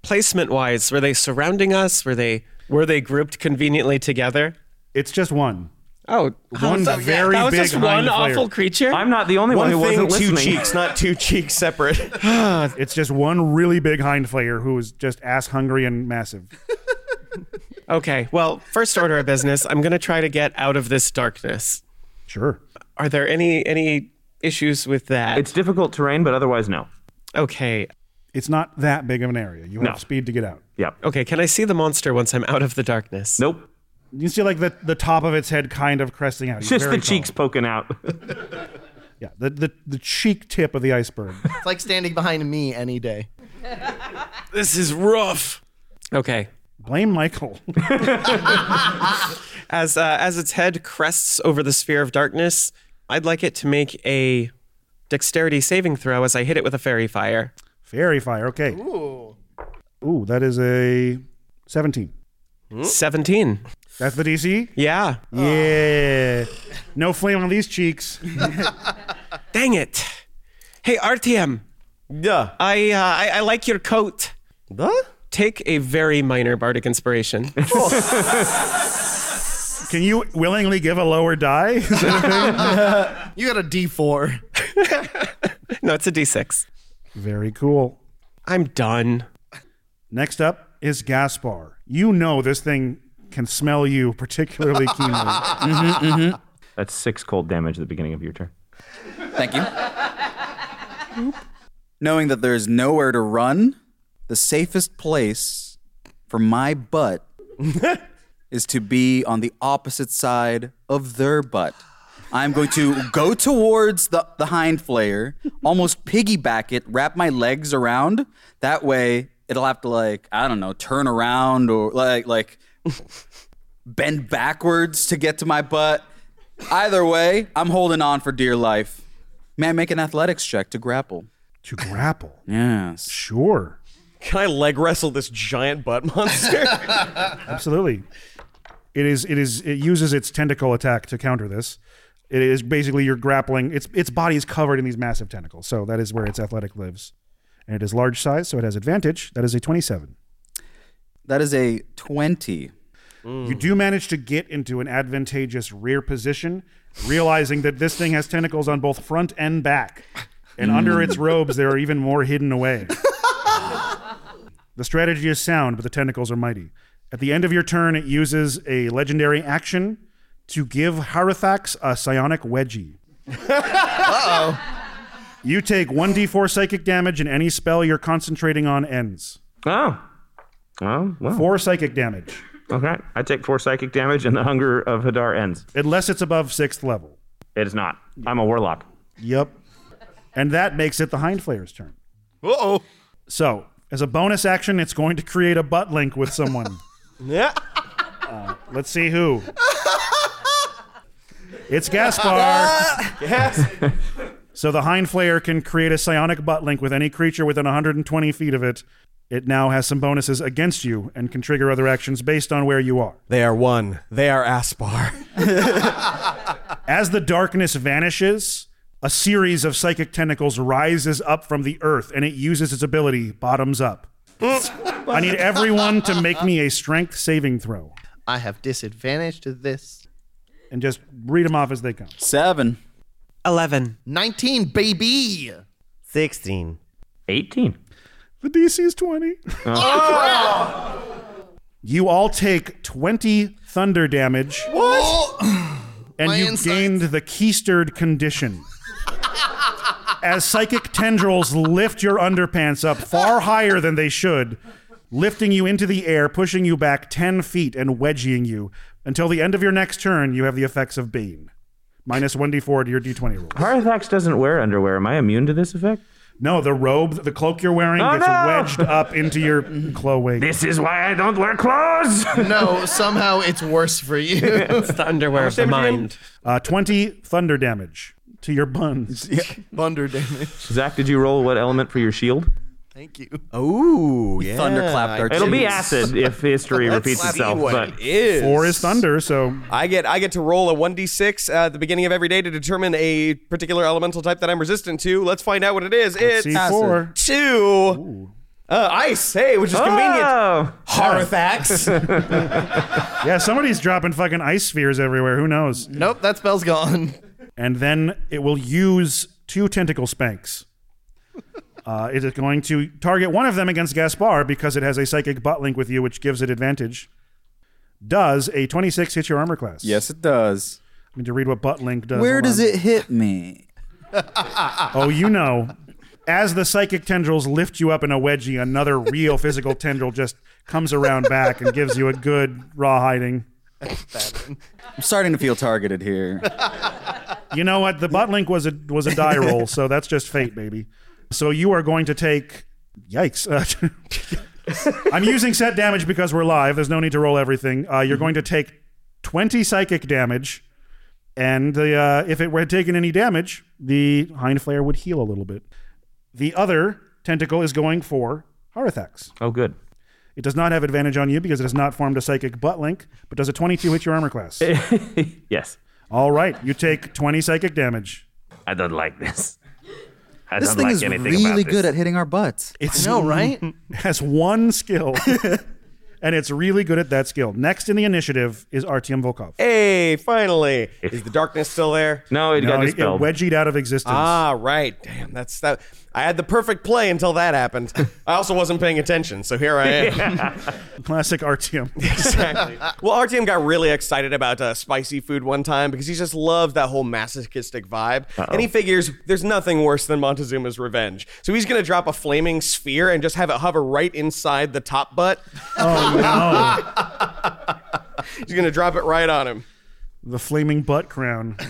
Speaker 6: Placement wise, were they surrounding us? Were they were they grouped conveniently together?
Speaker 1: It's just one.
Speaker 6: Oh,
Speaker 1: One
Speaker 6: so-
Speaker 1: very
Speaker 6: that was
Speaker 1: big
Speaker 6: just one
Speaker 1: hind player.
Speaker 6: awful creature.
Speaker 4: I'm not the only one,
Speaker 2: One
Speaker 4: who
Speaker 2: thing,
Speaker 4: wasn't
Speaker 2: two
Speaker 4: listening.
Speaker 2: cheeks, not two cheeks separate.
Speaker 1: it's just one really big hind player who is just ass hungry and massive.
Speaker 6: Okay, well, first order of business, I'm gonna try to get out of this darkness.
Speaker 1: Sure.
Speaker 6: Are there any any issues with that?
Speaker 4: It's difficult terrain, but otherwise no.
Speaker 6: Okay.
Speaker 1: It's not that big of an area. You have
Speaker 6: No.
Speaker 1: speed to get out.
Speaker 4: Yep.
Speaker 6: Okay, can I see the monster once I'm out of the darkness?
Speaker 4: Nope.
Speaker 1: You can see like the, the top of its head kind of cresting out. He's
Speaker 4: Just the
Speaker 1: very
Speaker 4: cheeks poking out.
Speaker 1: tall. Yeah, the, the, the cheek tip of the iceberg.
Speaker 3: It's like standing behind me any day.
Speaker 6: This is rough. Okay.
Speaker 1: Blame Michael.
Speaker 6: As uh, as its head crests over the sphere of darkness, I'd like it to make a dexterity saving throw as I hit it with a fairy fire.
Speaker 1: Fairy fire. Okay. Ooh. Ooh, that is a 17.
Speaker 6: 17.
Speaker 1: That's the DC?
Speaker 6: Yeah.
Speaker 1: Yeah. No flame on these cheeks.
Speaker 6: Dang it. Hey, RTM.
Speaker 2: Yeah.
Speaker 6: I, uh, I I like your coat.
Speaker 2: What?
Speaker 6: Take a very minor bardic inspiration.
Speaker 3: Oh.
Speaker 1: Can you willingly give a lower die? Is that a thing?
Speaker 3: You got a D4.
Speaker 6: no, it's a d6.
Speaker 1: Very cool.
Speaker 6: I'm done.
Speaker 1: Next up is Gaspar. You know this thing can smell you particularly keenly. Mm-hmm,
Speaker 4: Mm-hmm, That's six cold damage at the beginning of your turn.
Speaker 8: Thank you. Knowing that there's nowhere to run, the safest place for my butt is to be on the opposite side of their butt. I'm going to go towards the, the hind flayer, almost piggyback it, wrap my legs around. That way, it'll have to like I don't know, turn around or like like bend backwards to get to my butt. Either way, I'm holding on for dear life. May I make an athletics check to grapple?
Speaker 1: To grapple?
Speaker 8: Yes.
Speaker 1: Sure.
Speaker 2: Can I leg wrestle this giant butt monster?
Speaker 1: Absolutely. It is. It is. It uses its tentacle attack to counter this. It is basically you're grappling. Its its body is covered in these massive tentacles, so that is where its athletic lives. And it is large size, so it has advantage. That is a twenty-seven.
Speaker 8: That is a twenty.
Speaker 1: You do manage to get into an advantageous rear position realizing that this thing has tentacles on both front and back, and under its robes there are even more hidden away. the strategy is sound, but the tentacles are mighty. At the end of your turn, it uses a legendary action to give Harithax a psionic wedgie.
Speaker 16: Uh-oh.
Speaker 1: You take 1d4 psychic damage and any spell you're concentrating on ends.
Speaker 4: Oh. Oh, well.
Speaker 1: Four psychic damage.
Speaker 4: Okay. I take four psychic damage and the hunger of Hadar ends.
Speaker 1: Unless it's above sixth level.
Speaker 4: It is not. I'm a warlock.
Speaker 1: Yep. And that makes it the Hindflayer's turn.
Speaker 7: Uh-oh.
Speaker 1: So, as a bonus action, it's going to create a butt link with someone. Uh,
Speaker 2: yeah.
Speaker 1: let's see who. It's Gaspar.
Speaker 2: yes.
Speaker 1: So the hind flayer can create a psionic butt link with any creature within 120 feet of it. It now has some bonuses against you and can trigger other actions based on where you are.
Speaker 2: They are one. They are Aspar.
Speaker 1: As the darkness vanishes, a series of psychic tentacles rises up from the earth and it uses its ability bottoms up. I need everyone to make me a strength saving throw
Speaker 3: I have disadvantage to this.
Speaker 1: and just read them off as they come.
Speaker 8: Seven.
Speaker 6: 11.
Speaker 3: 19, baby.
Speaker 18: 16.
Speaker 4: 18.
Speaker 1: The DC is 20.
Speaker 2: Uh.
Speaker 1: You all take 20 thunder damage.
Speaker 2: What?
Speaker 1: and
Speaker 2: My
Speaker 1: you
Speaker 2: insides.
Speaker 1: gained the keistered condition. As psychic tendrils lift your underpants up far higher than they should, lifting you into the air, pushing you back 10 feet, and wedging you. Until the end of your next turn, you have the effects of Bane. Minus 1d4 to your d20 roll.
Speaker 4: Harithax doesn't wear underwear. Am I immune to this effect?
Speaker 1: No, the robe, the cloak you're wearing
Speaker 4: Oh,
Speaker 1: gets
Speaker 4: no!
Speaker 1: wedged up into your cloak.
Speaker 4: This is why I don't wear clothes.
Speaker 3: no, somehow it's worse for you.
Speaker 6: It's the underwear of the mind.
Speaker 1: Uh, 20 thunder damage to your buns.
Speaker 7: Thunder damage.
Speaker 4: Zach, did you roll what element for your shield?
Speaker 3: Thank you.
Speaker 2: Oh,
Speaker 1: yeah, Thunderclapped our
Speaker 4: It'll be
Speaker 1: cheeks.
Speaker 4: acid if history
Speaker 2: Let's
Speaker 4: repeats
Speaker 2: see
Speaker 4: itself.
Speaker 2: what
Speaker 4: But
Speaker 2: it is.
Speaker 1: Four is thunder, so
Speaker 2: I get I get to roll a 1d6 uh, at the beginning of every day to determine a particular elemental type that I'm resistant to. Let's find out what it is.
Speaker 1: Let's
Speaker 2: it's
Speaker 1: see. Four.
Speaker 2: two. Uh, ice, hey, which is
Speaker 4: Oh.
Speaker 2: convenient. Harithax.
Speaker 1: yeah, somebody's dropping fucking ice spheres everywhere. Who knows?
Speaker 3: Nope, that spell's gone.
Speaker 1: And then it will use two tentacle spanks. Uh, it is going to target one of them against Gaspar because it has a psychic butt link with you, which gives it advantage. Does a 26 hit your armor class?
Speaker 8: Yes, it does.
Speaker 1: I need to read what butt link does.
Speaker 8: Where
Speaker 1: Hold
Speaker 8: does
Speaker 1: on.
Speaker 8: it hit me?
Speaker 1: Oh, you know. As the psychic tendrils lift you up in a wedgie, another real physical tendril just comes around back and gives you a good raw hiding.
Speaker 8: I'm starting to feel targeted here.
Speaker 1: You know what? The butt link was a was a die roll, so that's just fate, baby. So you are going to take. Yikes! Uh, I'm using set damage because we're live. There's no need to roll everything. Uh,
Speaker 4: Mm-hmm.
Speaker 1: you're going to take 20 psychic damage, and the uh, if it were taken any damage, the hind flare would heal a little bit. The other tentacle is going for Harithax.
Speaker 4: Oh, good.
Speaker 1: It does not have advantage on you because it has not formed a psychic butt link, but does a 22 hit your armor class?
Speaker 4: yes,
Speaker 1: All right, you take 20 psychic damage.
Speaker 4: I don't like this. I
Speaker 8: this
Speaker 4: don't
Speaker 8: thing
Speaker 4: like
Speaker 8: is
Speaker 4: anything
Speaker 8: really
Speaker 4: about this.
Speaker 8: good at hitting our butts.
Speaker 1: It's
Speaker 3: know, right?
Speaker 1: Has one skill, and it's really good at that skill. Next in the initiative is Artyom Volkov.
Speaker 2: hey, finally. Is the darkness still there?
Speaker 4: No, it
Speaker 1: No,
Speaker 4: got
Speaker 1: it, it
Speaker 4: dispelled.
Speaker 1: wedgied out of existence.
Speaker 2: Ah, right. Damn, that's that. I had the perfect play until that happened. I also wasn't paying attention, so here I am.
Speaker 1: Classic Artyom.
Speaker 2: exactly. Well, our team got really excited about uh, spicy food one time because he just loves that whole masochistic vibe, and he figures there's nothing worse than Montezuma's revenge. So he's gonna drop a flaming sphere and just have it hover right inside the top butt.
Speaker 1: Oh
Speaker 2: He's gonna drop it right on him.
Speaker 1: no, the flaming butt crown.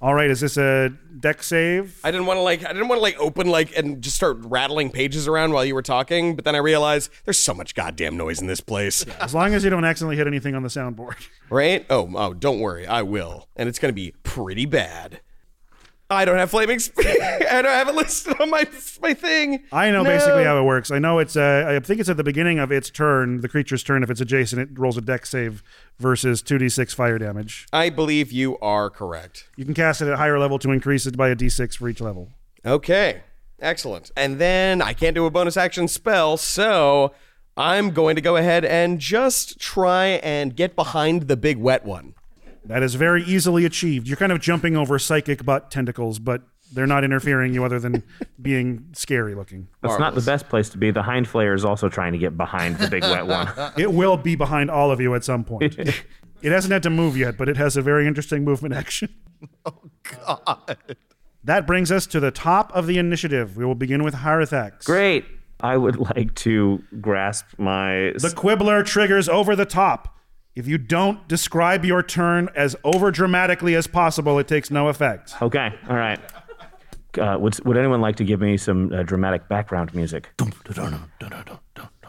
Speaker 1: All right, is this a deck save?
Speaker 2: I didn't want to like I didn't want to like open like and just start rattling pages around while you were talking, but then I realized there's so much goddamn noise in this place.
Speaker 1: As long as you don't accidentally hit anything on the soundboard.
Speaker 2: Right? Oh, oh, don't worry, I will, and it's gonna be pretty bad. I don't have flaming spear. I don't have it listed on my my thing.
Speaker 1: I know
Speaker 2: No.
Speaker 1: basically how it works. I know it's. Uh, I think it's at the beginning of its turn, the creature's turn. If it's adjacent, it rolls a deck save versus two d six fire damage.
Speaker 2: I believe you are correct.
Speaker 1: You can cast it at higher level to increase it by a d six for each level.
Speaker 2: Okay, excellent. And then I can't do a bonus action spell, so I'm going to go ahead and just try and get behind the big wet one.
Speaker 1: That is very easily achieved. You're kind of jumping over psychic butt tentacles, but they're not interfering you other than being scary looking.
Speaker 4: That's not the best place to be. The hind flayer is also trying to get behind the big wet one.
Speaker 1: It will be behind all of you at some point. it hasn't had to move yet, but it has a very interesting movement action. Oh, God. That brings us to the top of the initiative. We will begin with Harithax.
Speaker 4: Great. I would like to grasp my.
Speaker 1: The Quibbler triggers over the top. If you don't describe your turn as over dramatically as possible, it takes no effect.
Speaker 4: Okay, all right. Uh, would, would anyone like to give me some uh, dramatic background music?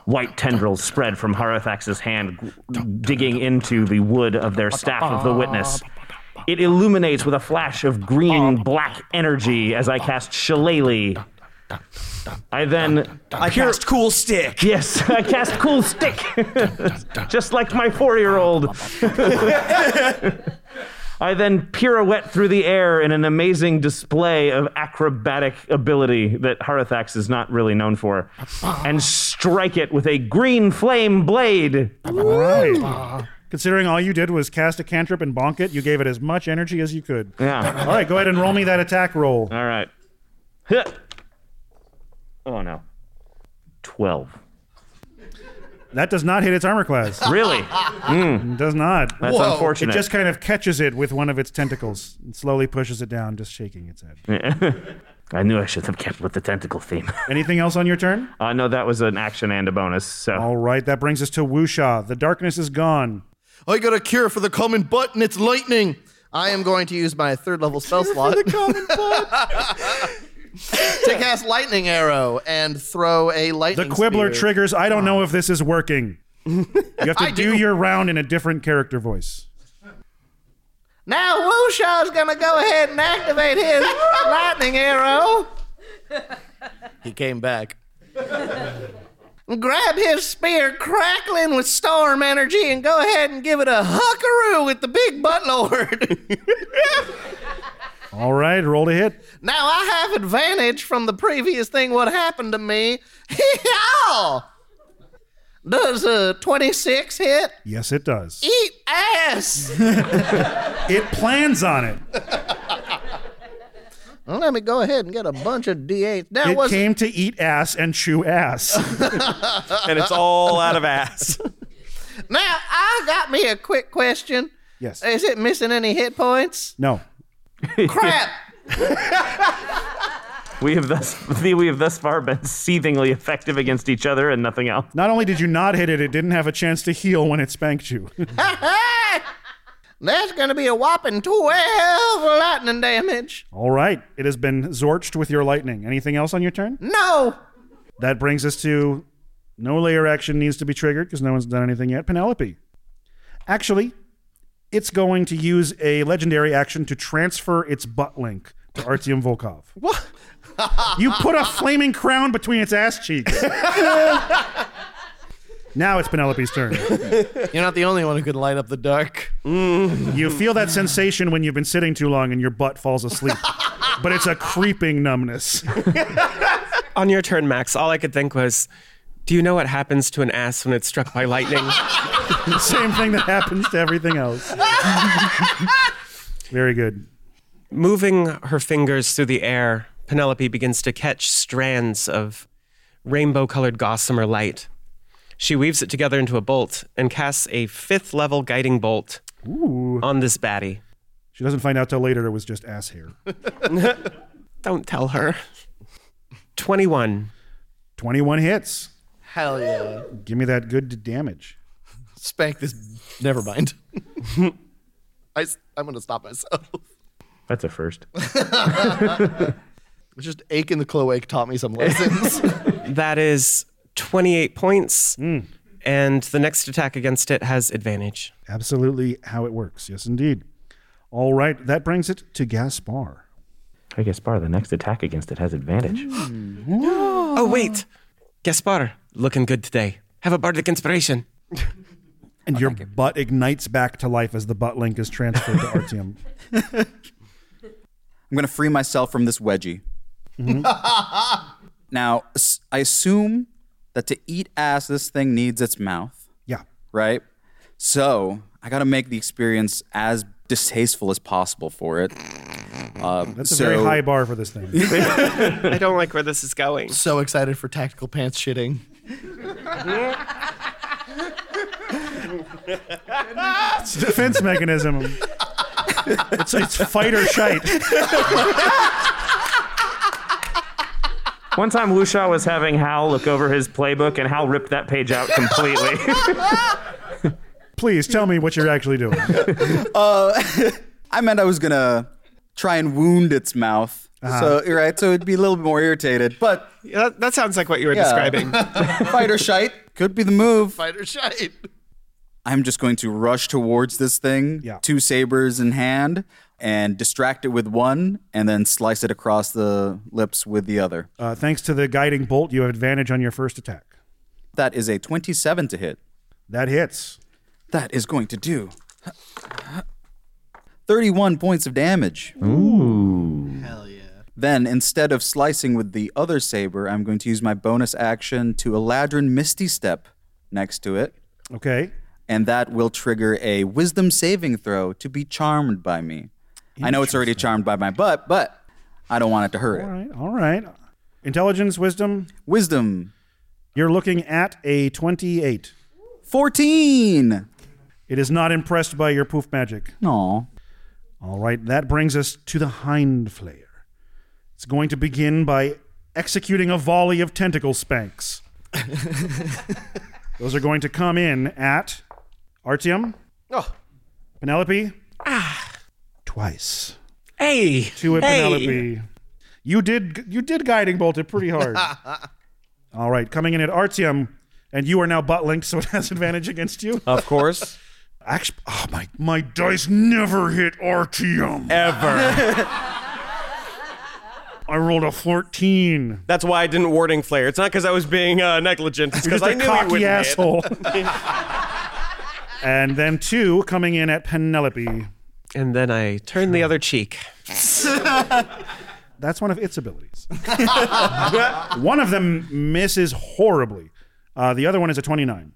Speaker 4: White tendrils spread from Harithax's hand, g- digging into the wood of their staff of the witness. It illuminates with a flash of green black energy as I cast Shillelagh. I then I cast
Speaker 2: Cool Stick.
Speaker 4: Yes, I cast Cool Stick, just like my four-year-old. I then pirouette through the air in an amazing display of acrobatic ability that Harithax is not really known for, and strike it with a green flame blade.
Speaker 1: Right. Considering all you did was cast a cantrip and bonk it, you gave it as much energy as you could.
Speaker 4: Yeah.
Speaker 1: All right, go ahead and roll me that attack roll.
Speaker 4: All right. Huh. Oh no. Twelve.
Speaker 1: That does not hit its armor class.
Speaker 4: Really? Hmm.
Speaker 1: It does not.
Speaker 4: That's Whoa. unfortunate.
Speaker 1: It just kind of catches it with one of its tentacles and slowly pushes it down, just shaking its head.
Speaker 4: I knew I should have kept with the tentacle theme.
Speaker 1: Anything else on your turn?
Speaker 4: Uh, no, that was an action and a bonus. So
Speaker 1: All right, that brings us to Wusha. The darkness is gone.
Speaker 7: I got a cure for the common butt, and it's lightning.
Speaker 3: I am going to use my third level spell slot to cast lightning arrow and throw a
Speaker 1: The
Speaker 3: lightning.
Speaker 1: Quibbler
Speaker 3: spear.
Speaker 1: triggers. I don't know if this is working. You have to
Speaker 3: I
Speaker 1: do
Speaker 3: do.
Speaker 1: your round in a different character voice.
Speaker 3: Now Wusha's gonna go ahead and activate his lightning arrow. He came back. Grab his spear, crackling with storm energy, and go ahead and give it a huckaroo with the big butt lord.
Speaker 1: All right, roll to hit.
Speaker 3: now I have advantage from the previous thing. What happened to me? Yeehaw! Does a twenty-six hit?
Speaker 1: Yes, it does.
Speaker 3: Eat ass.
Speaker 1: It plans on it.
Speaker 3: Well, let me go ahead and get a bunch of d8. That
Speaker 1: it
Speaker 3: was
Speaker 1: came to eat ass and chew ass.
Speaker 2: and it's all out of ass.
Speaker 3: Now, I got me a quick question.
Speaker 1: Yes.
Speaker 3: Is it missing any hit points?
Speaker 1: No.
Speaker 3: Crap.
Speaker 4: we have thus we have thus far been seethingly effective against each other and nothing else.
Speaker 1: Not only did you not hit it, it didn't have a chance to heal when it spanked you.
Speaker 3: That's going to be a whopping 12 lightning damage.
Speaker 1: All right, it has been zorched with your lightning. Anything else on your turn?
Speaker 3: No.
Speaker 1: That brings us to no layer action needs to be triggered because no one's done anything yet. Penelope. Actually, it's going to use a legendary action to transfer its butt link to Artyom Volkov. What? you put a flaming crown between its ass cheeks. now it's Penelope's turn.
Speaker 3: You're not the only one who could light up the dark.
Speaker 6: Mm.
Speaker 1: You feel that sensation when you've been sitting too long and your butt falls asleep. but it's a creeping numbness.
Speaker 6: On your turn, Max, all I could think was, do you know what happens to an ass when it's struck by lightning?
Speaker 1: Same thing that happens to everything else. Very good.
Speaker 6: Moving her fingers through the air, Penelope begins to catch strands of rainbow colored gossamer light. She weaves it together into a bolt and casts a fifth level guiding bolt on this baddie.
Speaker 1: She doesn't find out till later it was just ass hair.
Speaker 6: Don't tell her. 21.
Speaker 1: 21 hits.
Speaker 3: Hell yeah.
Speaker 1: Give me that good damage.
Speaker 3: Spank this. Never mind. I, am going to stop myself.
Speaker 4: That's a first.
Speaker 3: Just ache in the cloaque taught me some lessons.
Speaker 6: That is 28 points.
Speaker 1: Hmm.
Speaker 6: And the next attack against it has advantage.
Speaker 1: Absolutely how it works. Yes, indeed. All right, that brings it to Gaspar.
Speaker 4: I guess bar the next attack against it has advantage.
Speaker 6: Oh, wait. Gaspar, looking good today. Have a bardic inspiration.
Speaker 1: And your butt ignites back to life as the butt link is transferred to Artyom.
Speaker 8: I'm going to free myself from this wedgie.
Speaker 1: Mm-hmm.
Speaker 8: Now, s- I assume that to eat ass, this thing needs its mouth.
Speaker 1: Yeah.
Speaker 8: Right? So I got to make the experience as distasteful as possible for it. Uh,
Speaker 1: That's
Speaker 8: so,
Speaker 1: a very high bar for this thing.
Speaker 6: I don't like where this is going.
Speaker 3: So excited for tactical pants shitting.
Speaker 1: It's a defense mechanism. It's, it's fight or shite.
Speaker 4: One time, Wuxia was having Hal look over his playbook, and Hal ripped that page out completely.
Speaker 1: Please tell me what you're actually doing.
Speaker 8: uh, I meant I was gonna try and wound its mouth.
Speaker 1: Uh-huh.
Speaker 8: So right, so it'd be a little bit more irritated. But
Speaker 6: that, that sounds like what you were describing.
Speaker 8: Fighter shite could be the move.
Speaker 7: Fighter shite.
Speaker 8: I'm just going to rush towards this thing, two sabers in hand, and distract it with one, and then slice it across the lips with the other.
Speaker 1: Uh, thanks to the guiding bolt, you have advantage on your first attack.
Speaker 8: That is a 27 to hit.
Speaker 1: That hits.
Speaker 8: That is going to do 31 points of damage.
Speaker 4: Ooh.
Speaker 8: Hell yeah. Then, instead of slicing with the other saber, I'm going to use my bonus action to Eladrin Misty Step next to it.
Speaker 1: Okay.
Speaker 8: And that will trigger a wisdom saving throw to be charmed by me. I know it's already charmed by my butt, but I don't want it to hurt
Speaker 1: All
Speaker 8: it.
Speaker 1: right, all right. Intelligence, wisdom?
Speaker 8: Wisdom.
Speaker 1: You're looking at a 28.
Speaker 8: 14.
Speaker 1: It is not impressed by your poof magic.
Speaker 8: No.
Speaker 1: All right, that brings us to the hind flayer. It's going to begin by executing a volley of tentacle spanks. Those are going to come in at Artium,
Speaker 2: Oh.
Speaker 1: Penelope, twice.
Speaker 6: Ah. Hey,
Speaker 1: two at
Speaker 6: hey.
Speaker 1: Penelope. You did you did guiding bolt it pretty hard. All right, coming in at Artium, and you are now butt linked, so it has advantage against you.
Speaker 2: Of course.
Speaker 1: Actually, oh my, my dice never hit Artium.
Speaker 2: Ever.
Speaker 1: I rolled a 14.
Speaker 2: That's why I didn't warding flare. It's not because I was being uh, negligent. It's
Speaker 1: You're
Speaker 2: because
Speaker 1: just
Speaker 2: I
Speaker 1: a
Speaker 2: knew
Speaker 1: cocky
Speaker 2: he wouldn't
Speaker 1: asshole.
Speaker 2: Hit.
Speaker 1: And then two coming in at Penelope.
Speaker 6: And then I turn the other cheek.
Speaker 1: That's one of its abilities. one of them misses horribly. Uh, the other one is a 29.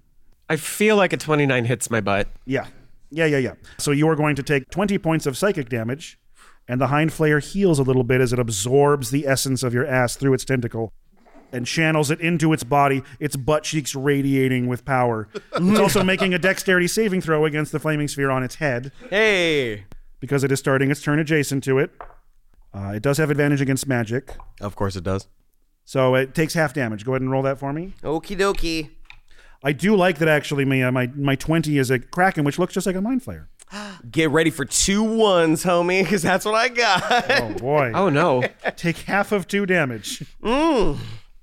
Speaker 6: I feel like a 29 hits my butt.
Speaker 1: Yeah. Yeah, yeah, yeah. So you are going to take 20 points of psychic damage, and the hind flayer heals a little bit as it absorbs the essence of your ass through its tentacle and channels it into its body, its butt cheeks radiating with power. It's also making a dexterity saving throw against the flaming sphere on its head
Speaker 2: Hey.
Speaker 1: because it is starting its turn adjacent to it. Uh, it does have advantage against magic,
Speaker 2: Of course it does.
Speaker 1: so it takes half damage. Go ahead and roll that for me.
Speaker 16: Okie dokie.
Speaker 1: I do like that actually, Mia. My, my 20 is a Kraken, which looks just like a mind flayer.
Speaker 2: Get ready for two ones, homie, because that's what I got.
Speaker 1: Oh boy.
Speaker 6: Oh no.
Speaker 1: Take half of two damage.
Speaker 2: Mm.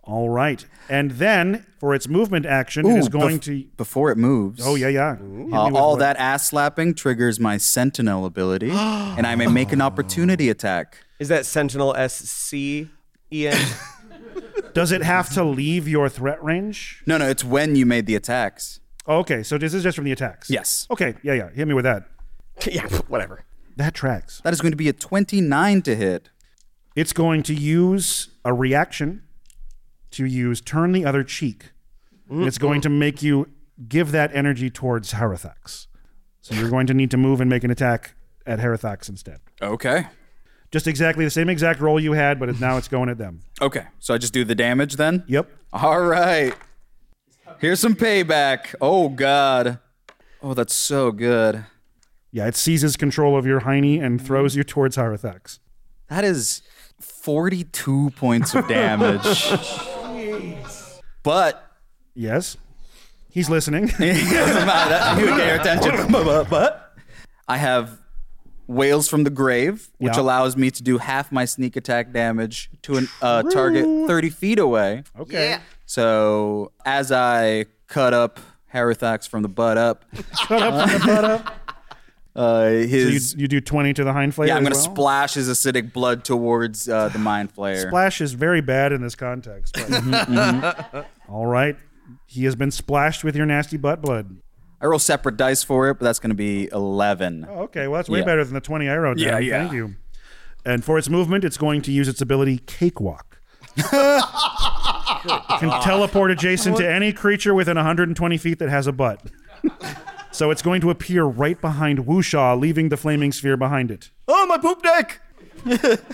Speaker 1: All right. And then for its movement action, it is
Speaker 8: Ooh,
Speaker 1: going
Speaker 8: bef-
Speaker 1: to.
Speaker 8: Before it moves.
Speaker 1: Oh, yeah, yeah. Hit me
Speaker 8: Uh,
Speaker 1: with
Speaker 8: all
Speaker 1: what?
Speaker 8: that ass slapping triggers my Sentinel ability, and I may make an opportunity attack.
Speaker 2: Is that Sentinel E SC? Ian.
Speaker 1: Does it have to leave your threat range?
Speaker 8: No, no, it's when you made the attacks.
Speaker 1: Oh, okay. So this is just from the attacks.
Speaker 8: Yes.
Speaker 1: Okay. Yeah, yeah. Hit me with that.
Speaker 2: yeah, whatever.
Speaker 1: That tracks.
Speaker 8: That is going to be a 29 to hit.
Speaker 1: It's going to use a reaction to use turn the other cheek. And It's going
Speaker 8: Mm-hmm.
Speaker 1: to make you give that energy towards Harithax. So you're going to need to move and make an attack at Harithax instead.
Speaker 8: Okay.
Speaker 1: Just exactly the same exact roll you had, but it, now it's going at them.
Speaker 8: Okay. So I just do the damage then?
Speaker 1: Yep.
Speaker 8: All right. Here's some payback. Oh, God. Oh, that's so good.
Speaker 1: Yeah, it seizes control of your hiney and throws you towards Harithax.
Speaker 8: That is 42 points of damage. but
Speaker 1: Yes. He's listening.
Speaker 8: He would get your attention. But- but- but I have Wails from the Grave, which
Speaker 1: Yeah.
Speaker 8: allows me to do half my sneak attack damage to a uh, target 30 feet away.
Speaker 1: Okay.
Speaker 8: So as I cut up Harithax from the butt up,
Speaker 1: Shut up from the butt up.
Speaker 8: uh,
Speaker 1: So you,
Speaker 8: his.
Speaker 1: you do 20 to the hind flayer?
Speaker 8: yeah, I'm
Speaker 1: as
Speaker 8: going to
Speaker 1: well?
Speaker 8: splash his acidic blood towards uh, the Mind Flayer.
Speaker 1: Splash is very bad in this context. but-
Speaker 8: Mm-hmm,
Speaker 1: All right. He has been splashed with your nasty butt blood.
Speaker 8: I roll separate dice for it, but that's going to be 11.
Speaker 1: Oh, okay. Well, that's way
Speaker 8: Yeah.
Speaker 1: better than the 20 I wrote
Speaker 8: Yeah,
Speaker 1: down.
Speaker 8: yeah.
Speaker 1: Thank you. And for its movement, it's going to use its ability Cakewalk. it can teleport adjacent to any creature within 120 feet that has a butt. So it's going to appear right behind Wusha, leaving the flaming sphere behind it.
Speaker 14: Oh, my poop deck!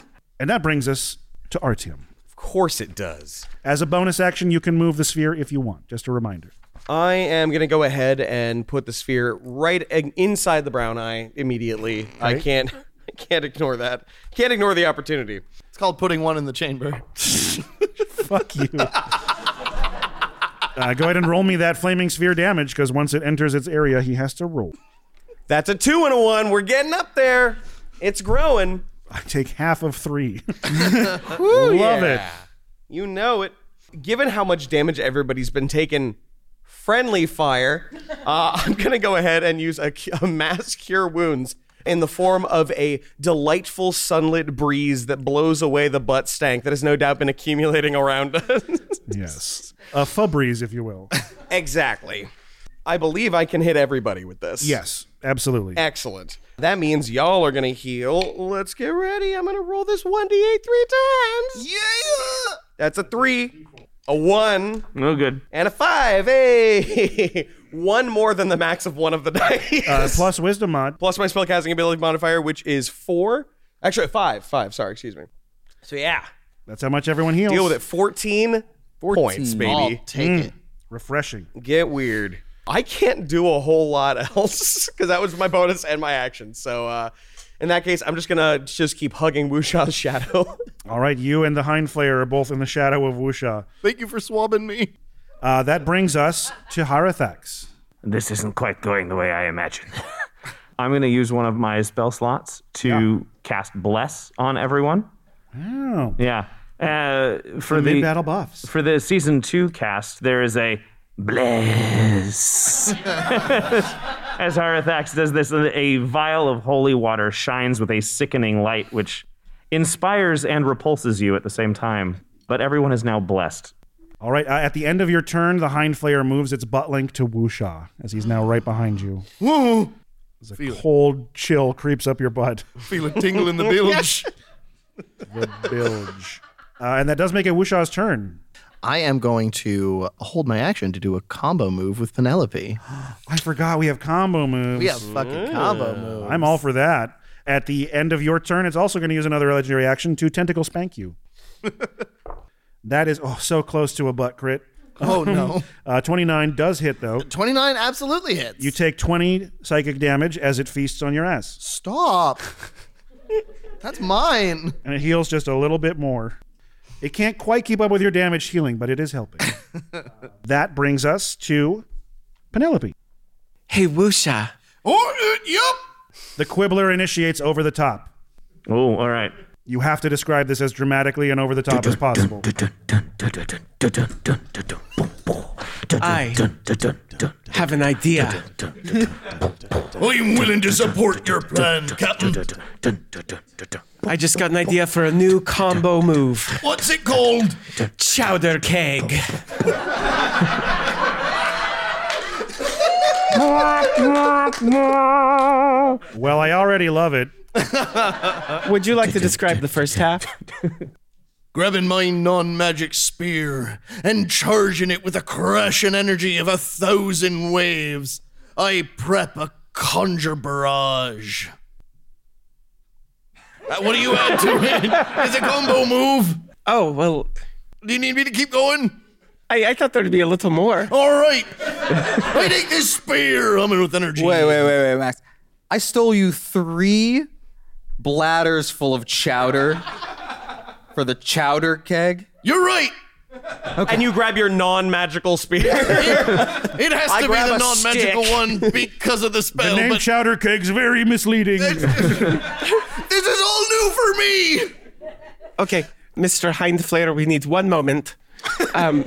Speaker 1: And that brings us to Artium.
Speaker 2: Of course it does.
Speaker 1: As a bonus action, you can move the sphere if you want. Just a reminder.
Speaker 2: I am going to go ahead and put the sphere right in- inside the brown eye immediately. I
Speaker 19: Okay.
Speaker 2: can't I can't ignore that. Can't ignore the opportunity.
Speaker 3: It's called putting one in the chamber.
Speaker 1: Fuck you. Uh, go ahead and roll me that flaming sphere damage, because once it enters its area, he has to roll.
Speaker 2: That's a two and a one. We're getting up there. It's growing.
Speaker 1: I take half of three.
Speaker 2: Woo,
Speaker 1: Love it.
Speaker 2: You know it. Given how much damage everybody's been taking, friendly fire, uh, I'm going to go ahead and use a, cu- a mass cure wounds in the form of a delightful sunlit breeze that blows away the butt stank that has no doubt been accumulating around us.
Speaker 1: yes. A Febreze, if you will.
Speaker 2: exactly. I believe I can hit everybody with this.
Speaker 1: Yes, absolutely.
Speaker 2: Excellent. That means y'all are going to heal. Let's get ready. I'm going to roll this 1d8 three times. Yeah. That's a three, a one.
Speaker 4: No good.
Speaker 2: And a five. Hey. one more than the max of one of the dice.
Speaker 1: Uh, plus wisdom mod.
Speaker 2: Plus my spellcasting ability modifier, which is four. Actually, five. Five. Sorry. Excuse me. So, yeah.
Speaker 1: That's how much everyone heals.
Speaker 2: Deal with it. 14, points, baby.
Speaker 1: Mm, Refreshing.
Speaker 2: Get weird. I can't do a whole lot else because that was my bonus and my action. So uh, in that case, I'm just gonna just keep hugging Wusha's shadow.
Speaker 1: All right, you and the Hind Flayer are both in the shadow of Wusha.
Speaker 14: Thank you for swabbing me.
Speaker 1: Uh, that brings us to Harithax.
Speaker 4: This isn't quite going the way I imagined. I'm going to use one of my spell slots to cast Bless on everyone.
Speaker 1: Oh.
Speaker 4: Yeah. Uh, for
Speaker 1: Some
Speaker 4: the
Speaker 1: mid-battle buffs.
Speaker 4: For the season two cast, there is a bless. As Harithax does this, a vial of holy water shines with a sickening light, which inspires and repulses you at the same time. But everyone is now blessed.
Speaker 1: All right, uh, at the end of your turn, the Hind Flayer moves its butt link to Wusha, as he's now right behind you.
Speaker 14: Woo!
Speaker 1: As a cold chill creeps up your butt.
Speaker 14: Feel a tingle in the bilge.
Speaker 1: The bilge. Uh, and that does make it Wusha's turn.
Speaker 3: I am going to hold my action to do a combo move with Penelope.
Speaker 1: I forgot we have combo moves.
Speaker 3: We have fucking combo moves.
Speaker 1: I'm all for that. At the end of your turn, it's also going to use another legendary action to tentacle spank you. that is oh so close to a butt crit.
Speaker 3: Oh, no.
Speaker 1: uh, 29 does hit though.
Speaker 3: 29 absolutely hits.
Speaker 1: You take 20 psychic damage as it feasts on your ass.
Speaker 3: Stop. That's mine.
Speaker 1: And it heals just a little bit more. It can't quite keep up with your damage healing, but it is helping. that brings us to Penelope.
Speaker 6: Hey, Wusha.
Speaker 1: Oh, yep. The Quibbler initiates over the top.
Speaker 4: Oh, all right.
Speaker 1: You have to describe this as dramatically and over the top as possible.
Speaker 6: I have an idea.
Speaker 7: I'm willing to support your plan, Captain.
Speaker 6: I just got an idea for a new combo move.
Speaker 7: What's it called?
Speaker 6: Chowder keg.
Speaker 1: Well, I already love it.
Speaker 6: Would you like to describe the first half?
Speaker 7: Grabbing my non magic spear and charging it with the crashing energy of a thousand waves, I prep a conjure barrage. Uh, What do you add to it? It's a combo move.
Speaker 6: Oh, well.
Speaker 7: Do you need me to keep going?
Speaker 6: I, I thought there'd be a little more.
Speaker 7: All right. I take this spear. I'm in with energy.
Speaker 8: Wait, wait, wait, wait, Max. I stole you three bladders full of chowder for the chowder keg.
Speaker 7: You're right.
Speaker 2: And you grab your non-magical spear.
Speaker 7: It has
Speaker 2: I
Speaker 7: to be
Speaker 2: grab
Speaker 7: the
Speaker 2: a
Speaker 7: non magical
Speaker 2: stick.
Speaker 7: one because of the spell.
Speaker 1: The name
Speaker 7: but
Speaker 1: Chowder Keg's very misleading.
Speaker 7: this is all new for me.
Speaker 6: Okay, Mr. Hindflayer, we need one moment. Um,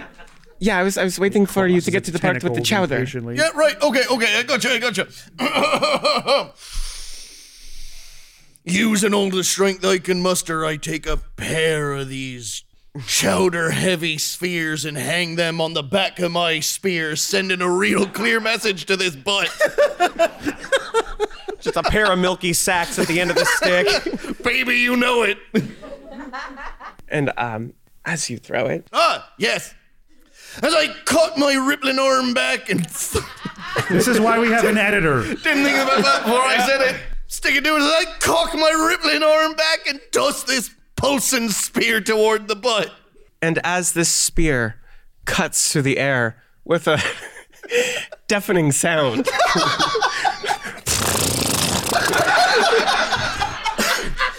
Speaker 6: yeah, I was I was waiting for you to get to the part with the chowder.
Speaker 7: Yeah, right. Okay, okay. I gotcha. I gotcha. Using all the strength I can muster, I take a pair of these chowder heavy spheres and hang them on the back of my spear, sending a real clear message to this butt.
Speaker 2: just a pair of milky sacks at the end of the stick.
Speaker 7: Baby, you know it.
Speaker 6: And um, as you throw it,
Speaker 7: Ah, yes. As I caught my rippling arm back and th-
Speaker 1: This is why we have an editor.
Speaker 11: Didn't think about that before I said it. Stick it to it as I cock my rippling arm back and toss this pulsing spear toward the butt.
Speaker 6: And as this spear cuts through the air with a deafening sound,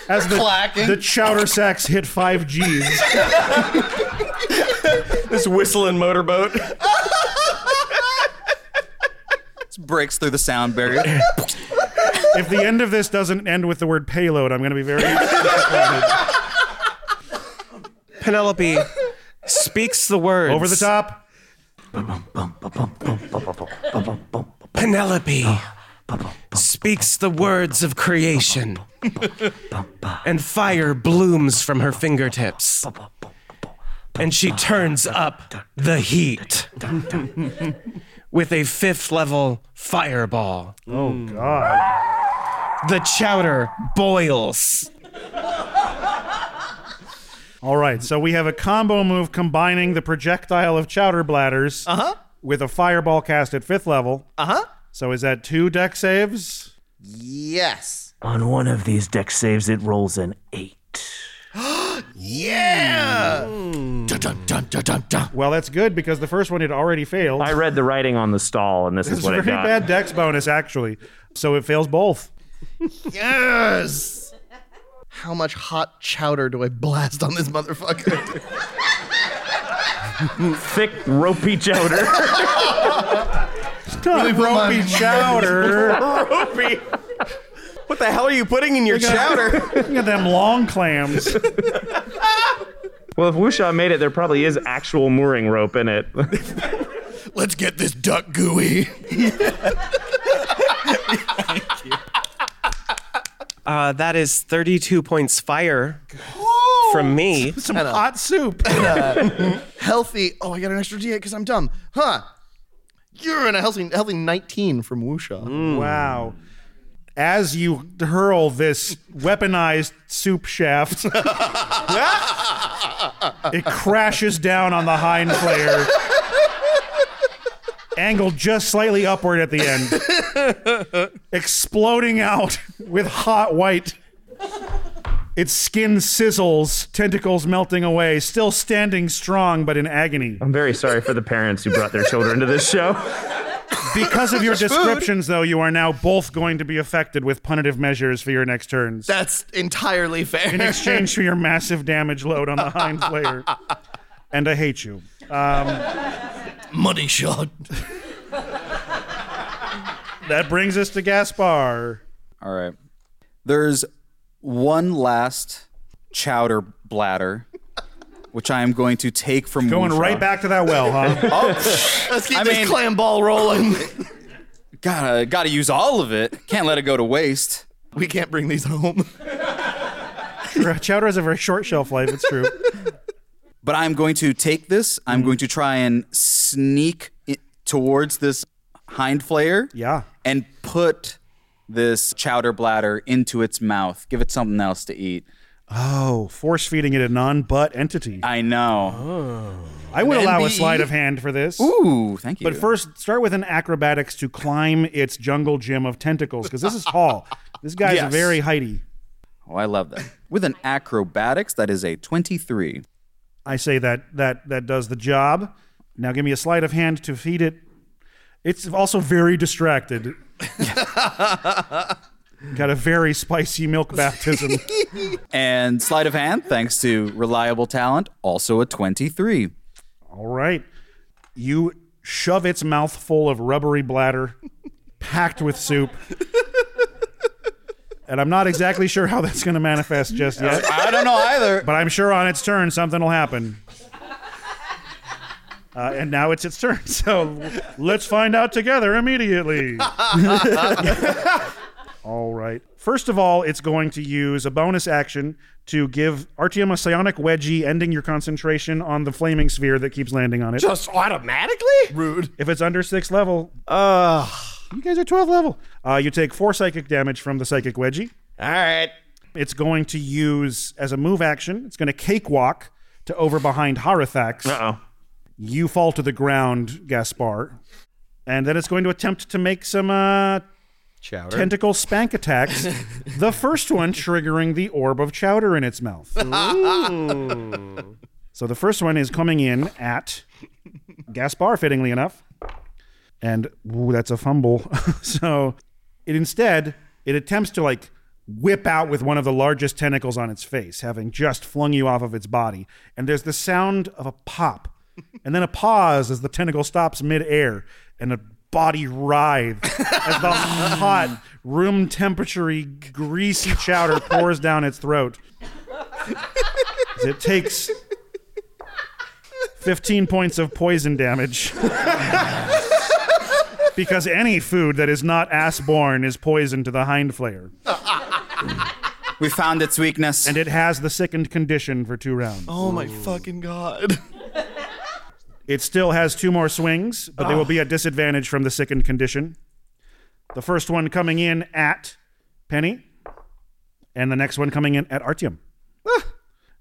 Speaker 1: As the,
Speaker 6: Clacking.
Speaker 1: the chowder sacks hit five G's.
Speaker 6: this whistling motorboat.
Speaker 8: breaks through the sound barrier.
Speaker 1: If the end of this doesn't end with the word payload, I'm going to be very.
Speaker 6: Penelope speaks the words
Speaker 1: Over the top.
Speaker 6: Penelope speaks the words of creation, and fire blooms from her fingertips. And she turns up the heat with a fifth level fireball.
Speaker 1: Oh, God.
Speaker 6: The chowder boils.
Speaker 1: All right, so we have a combo move combining the projectile of chowder bladders
Speaker 6: Uh-huh.
Speaker 1: with a fireball cast at fifth level. Uh huh. So is that two deck saves?
Speaker 3: Yes.
Speaker 18: On one of these deck saves, it rolls an eight.
Speaker 11: Yeah.
Speaker 1: Well, that's good because the first one had already failed.
Speaker 4: I read the writing on the stall, and this is
Speaker 1: It's
Speaker 4: what
Speaker 1: a
Speaker 4: it
Speaker 1: very
Speaker 4: got.
Speaker 1: bad dex bonus, actually. So it fails both.
Speaker 11: Yes.
Speaker 3: How much hot chowder do I blast on this motherfucker?
Speaker 4: Thick, ropey chowder.
Speaker 1: Stop ropey chowder.
Speaker 16: Ropey.
Speaker 2: What the hell are you putting in your
Speaker 1: Look at-
Speaker 2: chowder?
Speaker 1: Look at them long clams.
Speaker 4: Well, if Wusha made it, there probably is actual mooring rope in it.
Speaker 11: Let's get this duck gooey.
Speaker 6: Uh, that is 32 points fire from me. Uh,
Speaker 1: Some hot soup.
Speaker 3: healthy. Oh, I got an extra D8 because I'm dumb. Huh. You're in a healthy, healthy 19 from Wusha.
Speaker 1: Mm. Wow. As you hurl this weaponized soup shaft, it crashes down on the hind player, angled just slightly upward at the end, exploding out with hot white. Its skin sizzles, tentacles melting away, still standing strong but in agony.
Speaker 4: I'm very sorry for the parents who brought their children to this show.
Speaker 1: Because of your
Speaker 4: There's food.
Speaker 1: descriptions, though, you are now both going to be affected with punitive measures for your next turns.
Speaker 3: That's entirely fair.
Speaker 1: in exchange for your massive damage load on the hind player. And I hate you. Um,
Speaker 11: Money shot.
Speaker 1: that brings us to Gaspar.
Speaker 8: All right. There's one last chowder bladder, which I am going to take from
Speaker 1: Going
Speaker 8: Wuxia.
Speaker 1: right back to that well, huh?
Speaker 11: Let's keep
Speaker 8: I
Speaker 11: this
Speaker 8: mean-
Speaker 11: clam ball rolling.
Speaker 8: Gotta gotta use all of it. Can't let it go to waste.
Speaker 3: We can't bring these home.
Speaker 1: Chowder has a very short shelf life, it's true.
Speaker 8: But I'm going to take this.
Speaker 1: Mm.
Speaker 8: I'm going to try and sneak it towards this hind flayer.
Speaker 1: Yeah.
Speaker 8: And put this chowder bladder into its mouth. Give it something else to eat.
Speaker 1: Oh, force feeding it a non butt entity.
Speaker 8: I know.
Speaker 1: I would
Speaker 8: An
Speaker 1: allow a
Speaker 3: E?
Speaker 8: NBE?
Speaker 1: sleight of hand for this.
Speaker 8: Ooh, thank you.
Speaker 1: But first, start with an acrobatics to climb its jungle gym of tentacles, because this is tall. This guy's
Speaker 8: Yes.
Speaker 1: very heighty.
Speaker 8: Oh, I love that. With an acrobatics, that is a 23.
Speaker 1: I say that that that does the job. Now give me a sleight of hand to feed it. It's also very distracted. Got a very spicy milk baptism.
Speaker 8: And sleight of hand, thanks to reliable talent, also a 23.
Speaker 1: All right. You shove its mouth full of rubbery bladder packed with soup. And I'm not exactly sure how that's going to manifest just yet.
Speaker 8: I don't know either.
Speaker 1: But I'm sure on its turn something will happen. Uh, and now it's its turn. So let's find out together immediately. all right. First of all, it's going to use a bonus action to give Artyom a psionic wedgie, ending your concentration on the flaming sphere that keeps landing on it.
Speaker 2: Just automatically?
Speaker 1: rude. If it's under sixth level, uh, you guys are 12th level. Uh, you take four psychic damage from the psychic wedgie.
Speaker 2: All right.
Speaker 1: It's going to use as a move action. It's going to cakewalk to over behind Harithax. Uh oh. You fall to the ground, Gaspar. and then it's going to attempt to make some uh,
Speaker 15: Chowder.
Speaker 1: tentacle spank attacks. the first one triggering the orb of chowder in its mouth. so the first one is coming in at Gaspar, fittingly enough, and ooh, that's a fumble. so it instead it attempts to like whip out with one of the largest tentacles on its face, having just flung you off of its body. And there's the sound of a pop, and then a pause as the tentacle stops midair, and a body writhes as the hot, room temperature greasy chowder pours down its throat. As it takes 15 points of poison damage. because any food that is not ass born is poison to the hind flayer.
Speaker 8: We found its weakness.
Speaker 1: And it has the sickened condition for two rounds.
Speaker 7: Oh my fucking god.
Speaker 1: It still has two more swings, but they will
Speaker 7: Ah.
Speaker 1: be at disadvantage from the sickened condition. The first one coming in at Penny, and the next one coming in at Artyom.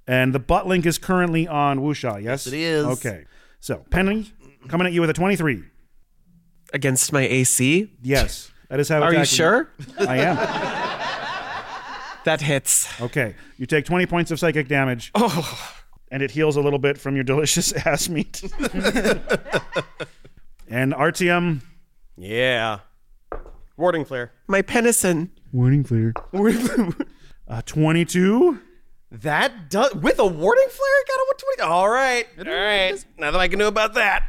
Speaker 1: and the butt link is currently on Wusha,
Speaker 3: Yes,
Speaker 1: yes?
Speaker 3: it is.
Speaker 1: Okay. So, Penny coming at you with a 23.
Speaker 6: Against my AC?
Speaker 1: Yes. That is how
Speaker 6: Are you
Speaker 1: attacking-
Speaker 6: sure?
Speaker 1: I am.
Speaker 6: That hits.
Speaker 1: Okay. You take 20 points of psychic damage. Oh. And it heals a little bit from your delicious ass meat. and Artyom.
Speaker 2: Yeah. Warding flare.
Speaker 6: My penison.
Speaker 1: Warning flare. Uh, 22.
Speaker 2: That does with a warding flare. Got a one twenty. All right, all right. Nothing I can do about that.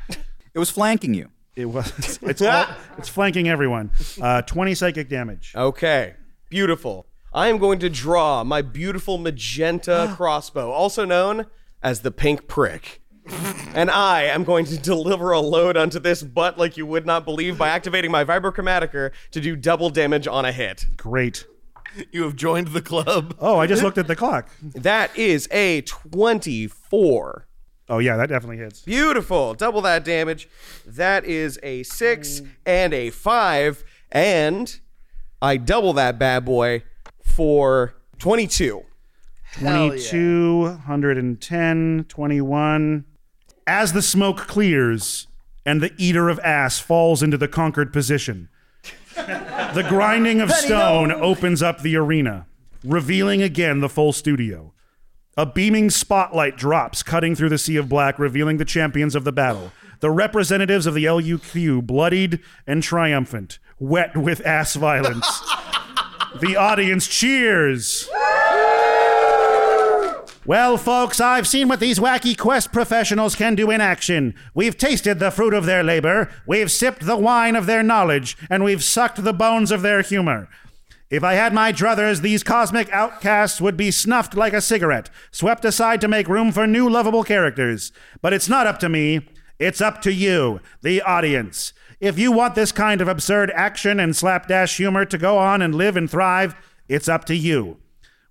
Speaker 8: It was flanking you.
Speaker 1: It was. It's, all- it's flanking everyone. Uh, 20 psychic damage.
Speaker 2: Okay, beautiful. I am going to draw my beautiful magenta crossbow, also known as the pink prick. and I am going to deliver a load onto this butt like you would not believe by activating my vibrochromaticor to do double damage on a hit.
Speaker 1: Great.
Speaker 2: You have joined the club.
Speaker 1: Oh, I just looked at the clock.
Speaker 2: That is a 24.
Speaker 1: Oh, yeah, that definitely hits.
Speaker 2: Beautiful. Double that damage. That is a six and a five. And I double that bad boy for 22. Hell yeah.
Speaker 1: 22, 110, 21. As the smoke clears and the eater of ass falls into the conquered position, the grinding of stone opens up the arena, revealing again the full studio. A beaming spotlight drops, cutting through the sea of black, revealing the champions of the battle. The representatives of the LUQ, bloodied and triumphant, wet with ass violence. the audience cheers.
Speaker 17: Well, folks, I've seen what these wacky quest professionals can do in action. We've tasted the fruit of their labor, we've sipped the wine of their knowledge, and we've sucked the bones of their humor. If I had my druthers, these cosmic outcasts would be snuffed like a cigarette, swept aside to make room for new lovable characters. But it's not up to me, it's up to you, the audience. If you want this kind of absurd action and slapdash humor to go on and live and thrive, it's up to you.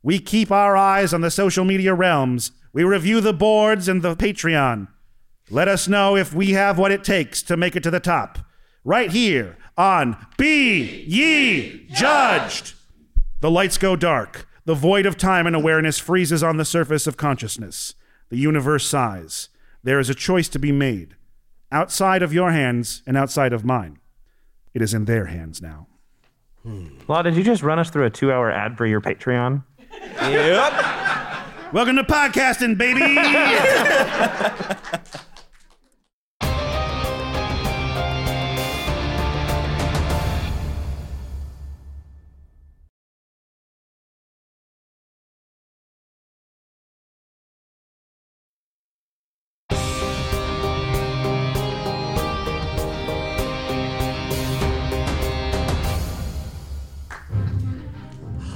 Speaker 17: We keep our eyes on the social media realms. We review the boards and the Patreon. Let us know if we have what it takes to make it to the top.
Speaker 1: Right here on Be Ye Judged. The lights go dark. The void of time and awareness freezes on the surface of consciousness. The universe sighs. There is a choice to be made outside of your hands and outside of mine. It is in their hands now.
Speaker 4: Law, did you just run us through a two hour ad for your Patreon?
Speaker 2: Yep.
Speaker 1: Welcome to podcasting, baby.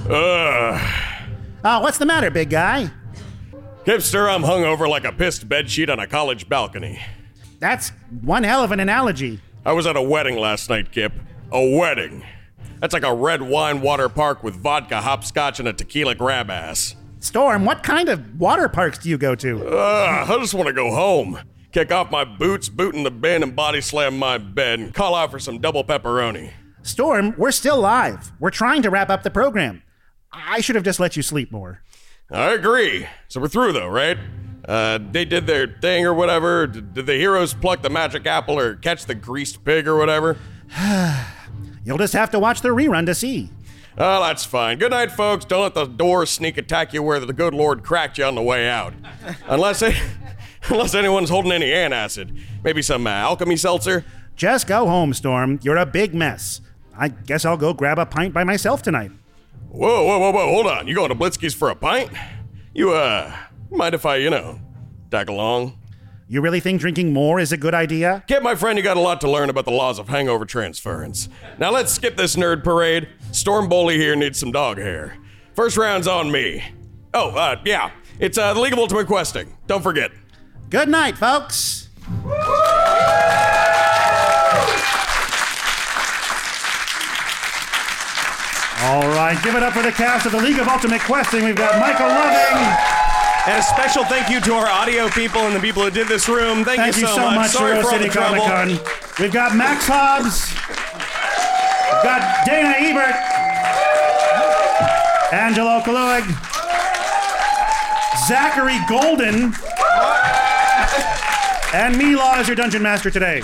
Speaker 1: Uh,
Speaker 17: Oh, what's the matter, big guy?
Speaker 20: Hipster, I'm hungover like a pissed bedsheet on a college balcony.
Speaker 17: That's one hell of an analogy.
Speaker 20: I was at a wedding last night, Kip. A wedding. That's like a red wine water park with vodka, hopscotch, and a tequila grab ass.
Speaker 17: Storm, what kind of water parks do you go to?
Speaker 20: Ugh, I just want to go home. Kick off my boots, boot in the bin, and body slam my bed, and call out for some double pepperoni.
Speaker 17: Storm, we're still live. We're trying to wrap up the program. I should have just let you sleep more.
Speaker 20: I agree. So we're through, though, right? Uh, they did their thing or whatever. Did, did the heroes pluck the magic apple or catch the greased pig or whatever?
Speaker 1: You'll just have to watch the rerun to see.
Speaker 20: Oh, that's fine. Good night, folks. Don't let the door sneak attack you where the good Lord cracked you on the way out. Unless, unless anyone's holding any antacid. Maybe some uh, alchemy seltzer.
Speaker 1: Just go home, Storm. You're a big mess. I guess I'll go grab a pint by myself tonight.
Speaker 20: Whoa, whoa, whoa, whoa. Hold on. You going to Blitzky's for a pint? You, uh, mind if I, you know, tag along?
Speaker 1: You really think drinking more is a good idea?
Speaker 20: Kip, my friend, you got a lot to learn about the laws of hangover transference. Now let's skip this nerd parade. Storm Boley here needs some dog hair. First round's on me. Oh, uh, yeah. It's uh, the League of Ultimate Questing. Don't forget.
Speaker 1: Good night, folks. All right, give it up for the cast of the League of Ultimate Questing. We've got Michael Loving.
Speaker 2: And a special thank you to our audio people and the people who did this room. Thank,
Speaker 1: Thank you so much,
Speaker 2: Sorry
Speaker 1: Rio
Speaker 2: for all
Speaker 1: City
Speaker 2: the trouble.
Speaker 1: Comic Con. We've got Max Hobbs. We've got Dana Ebert. Angelo Kaluig. Zachary Golden. And me, Law, is your dungeon master today.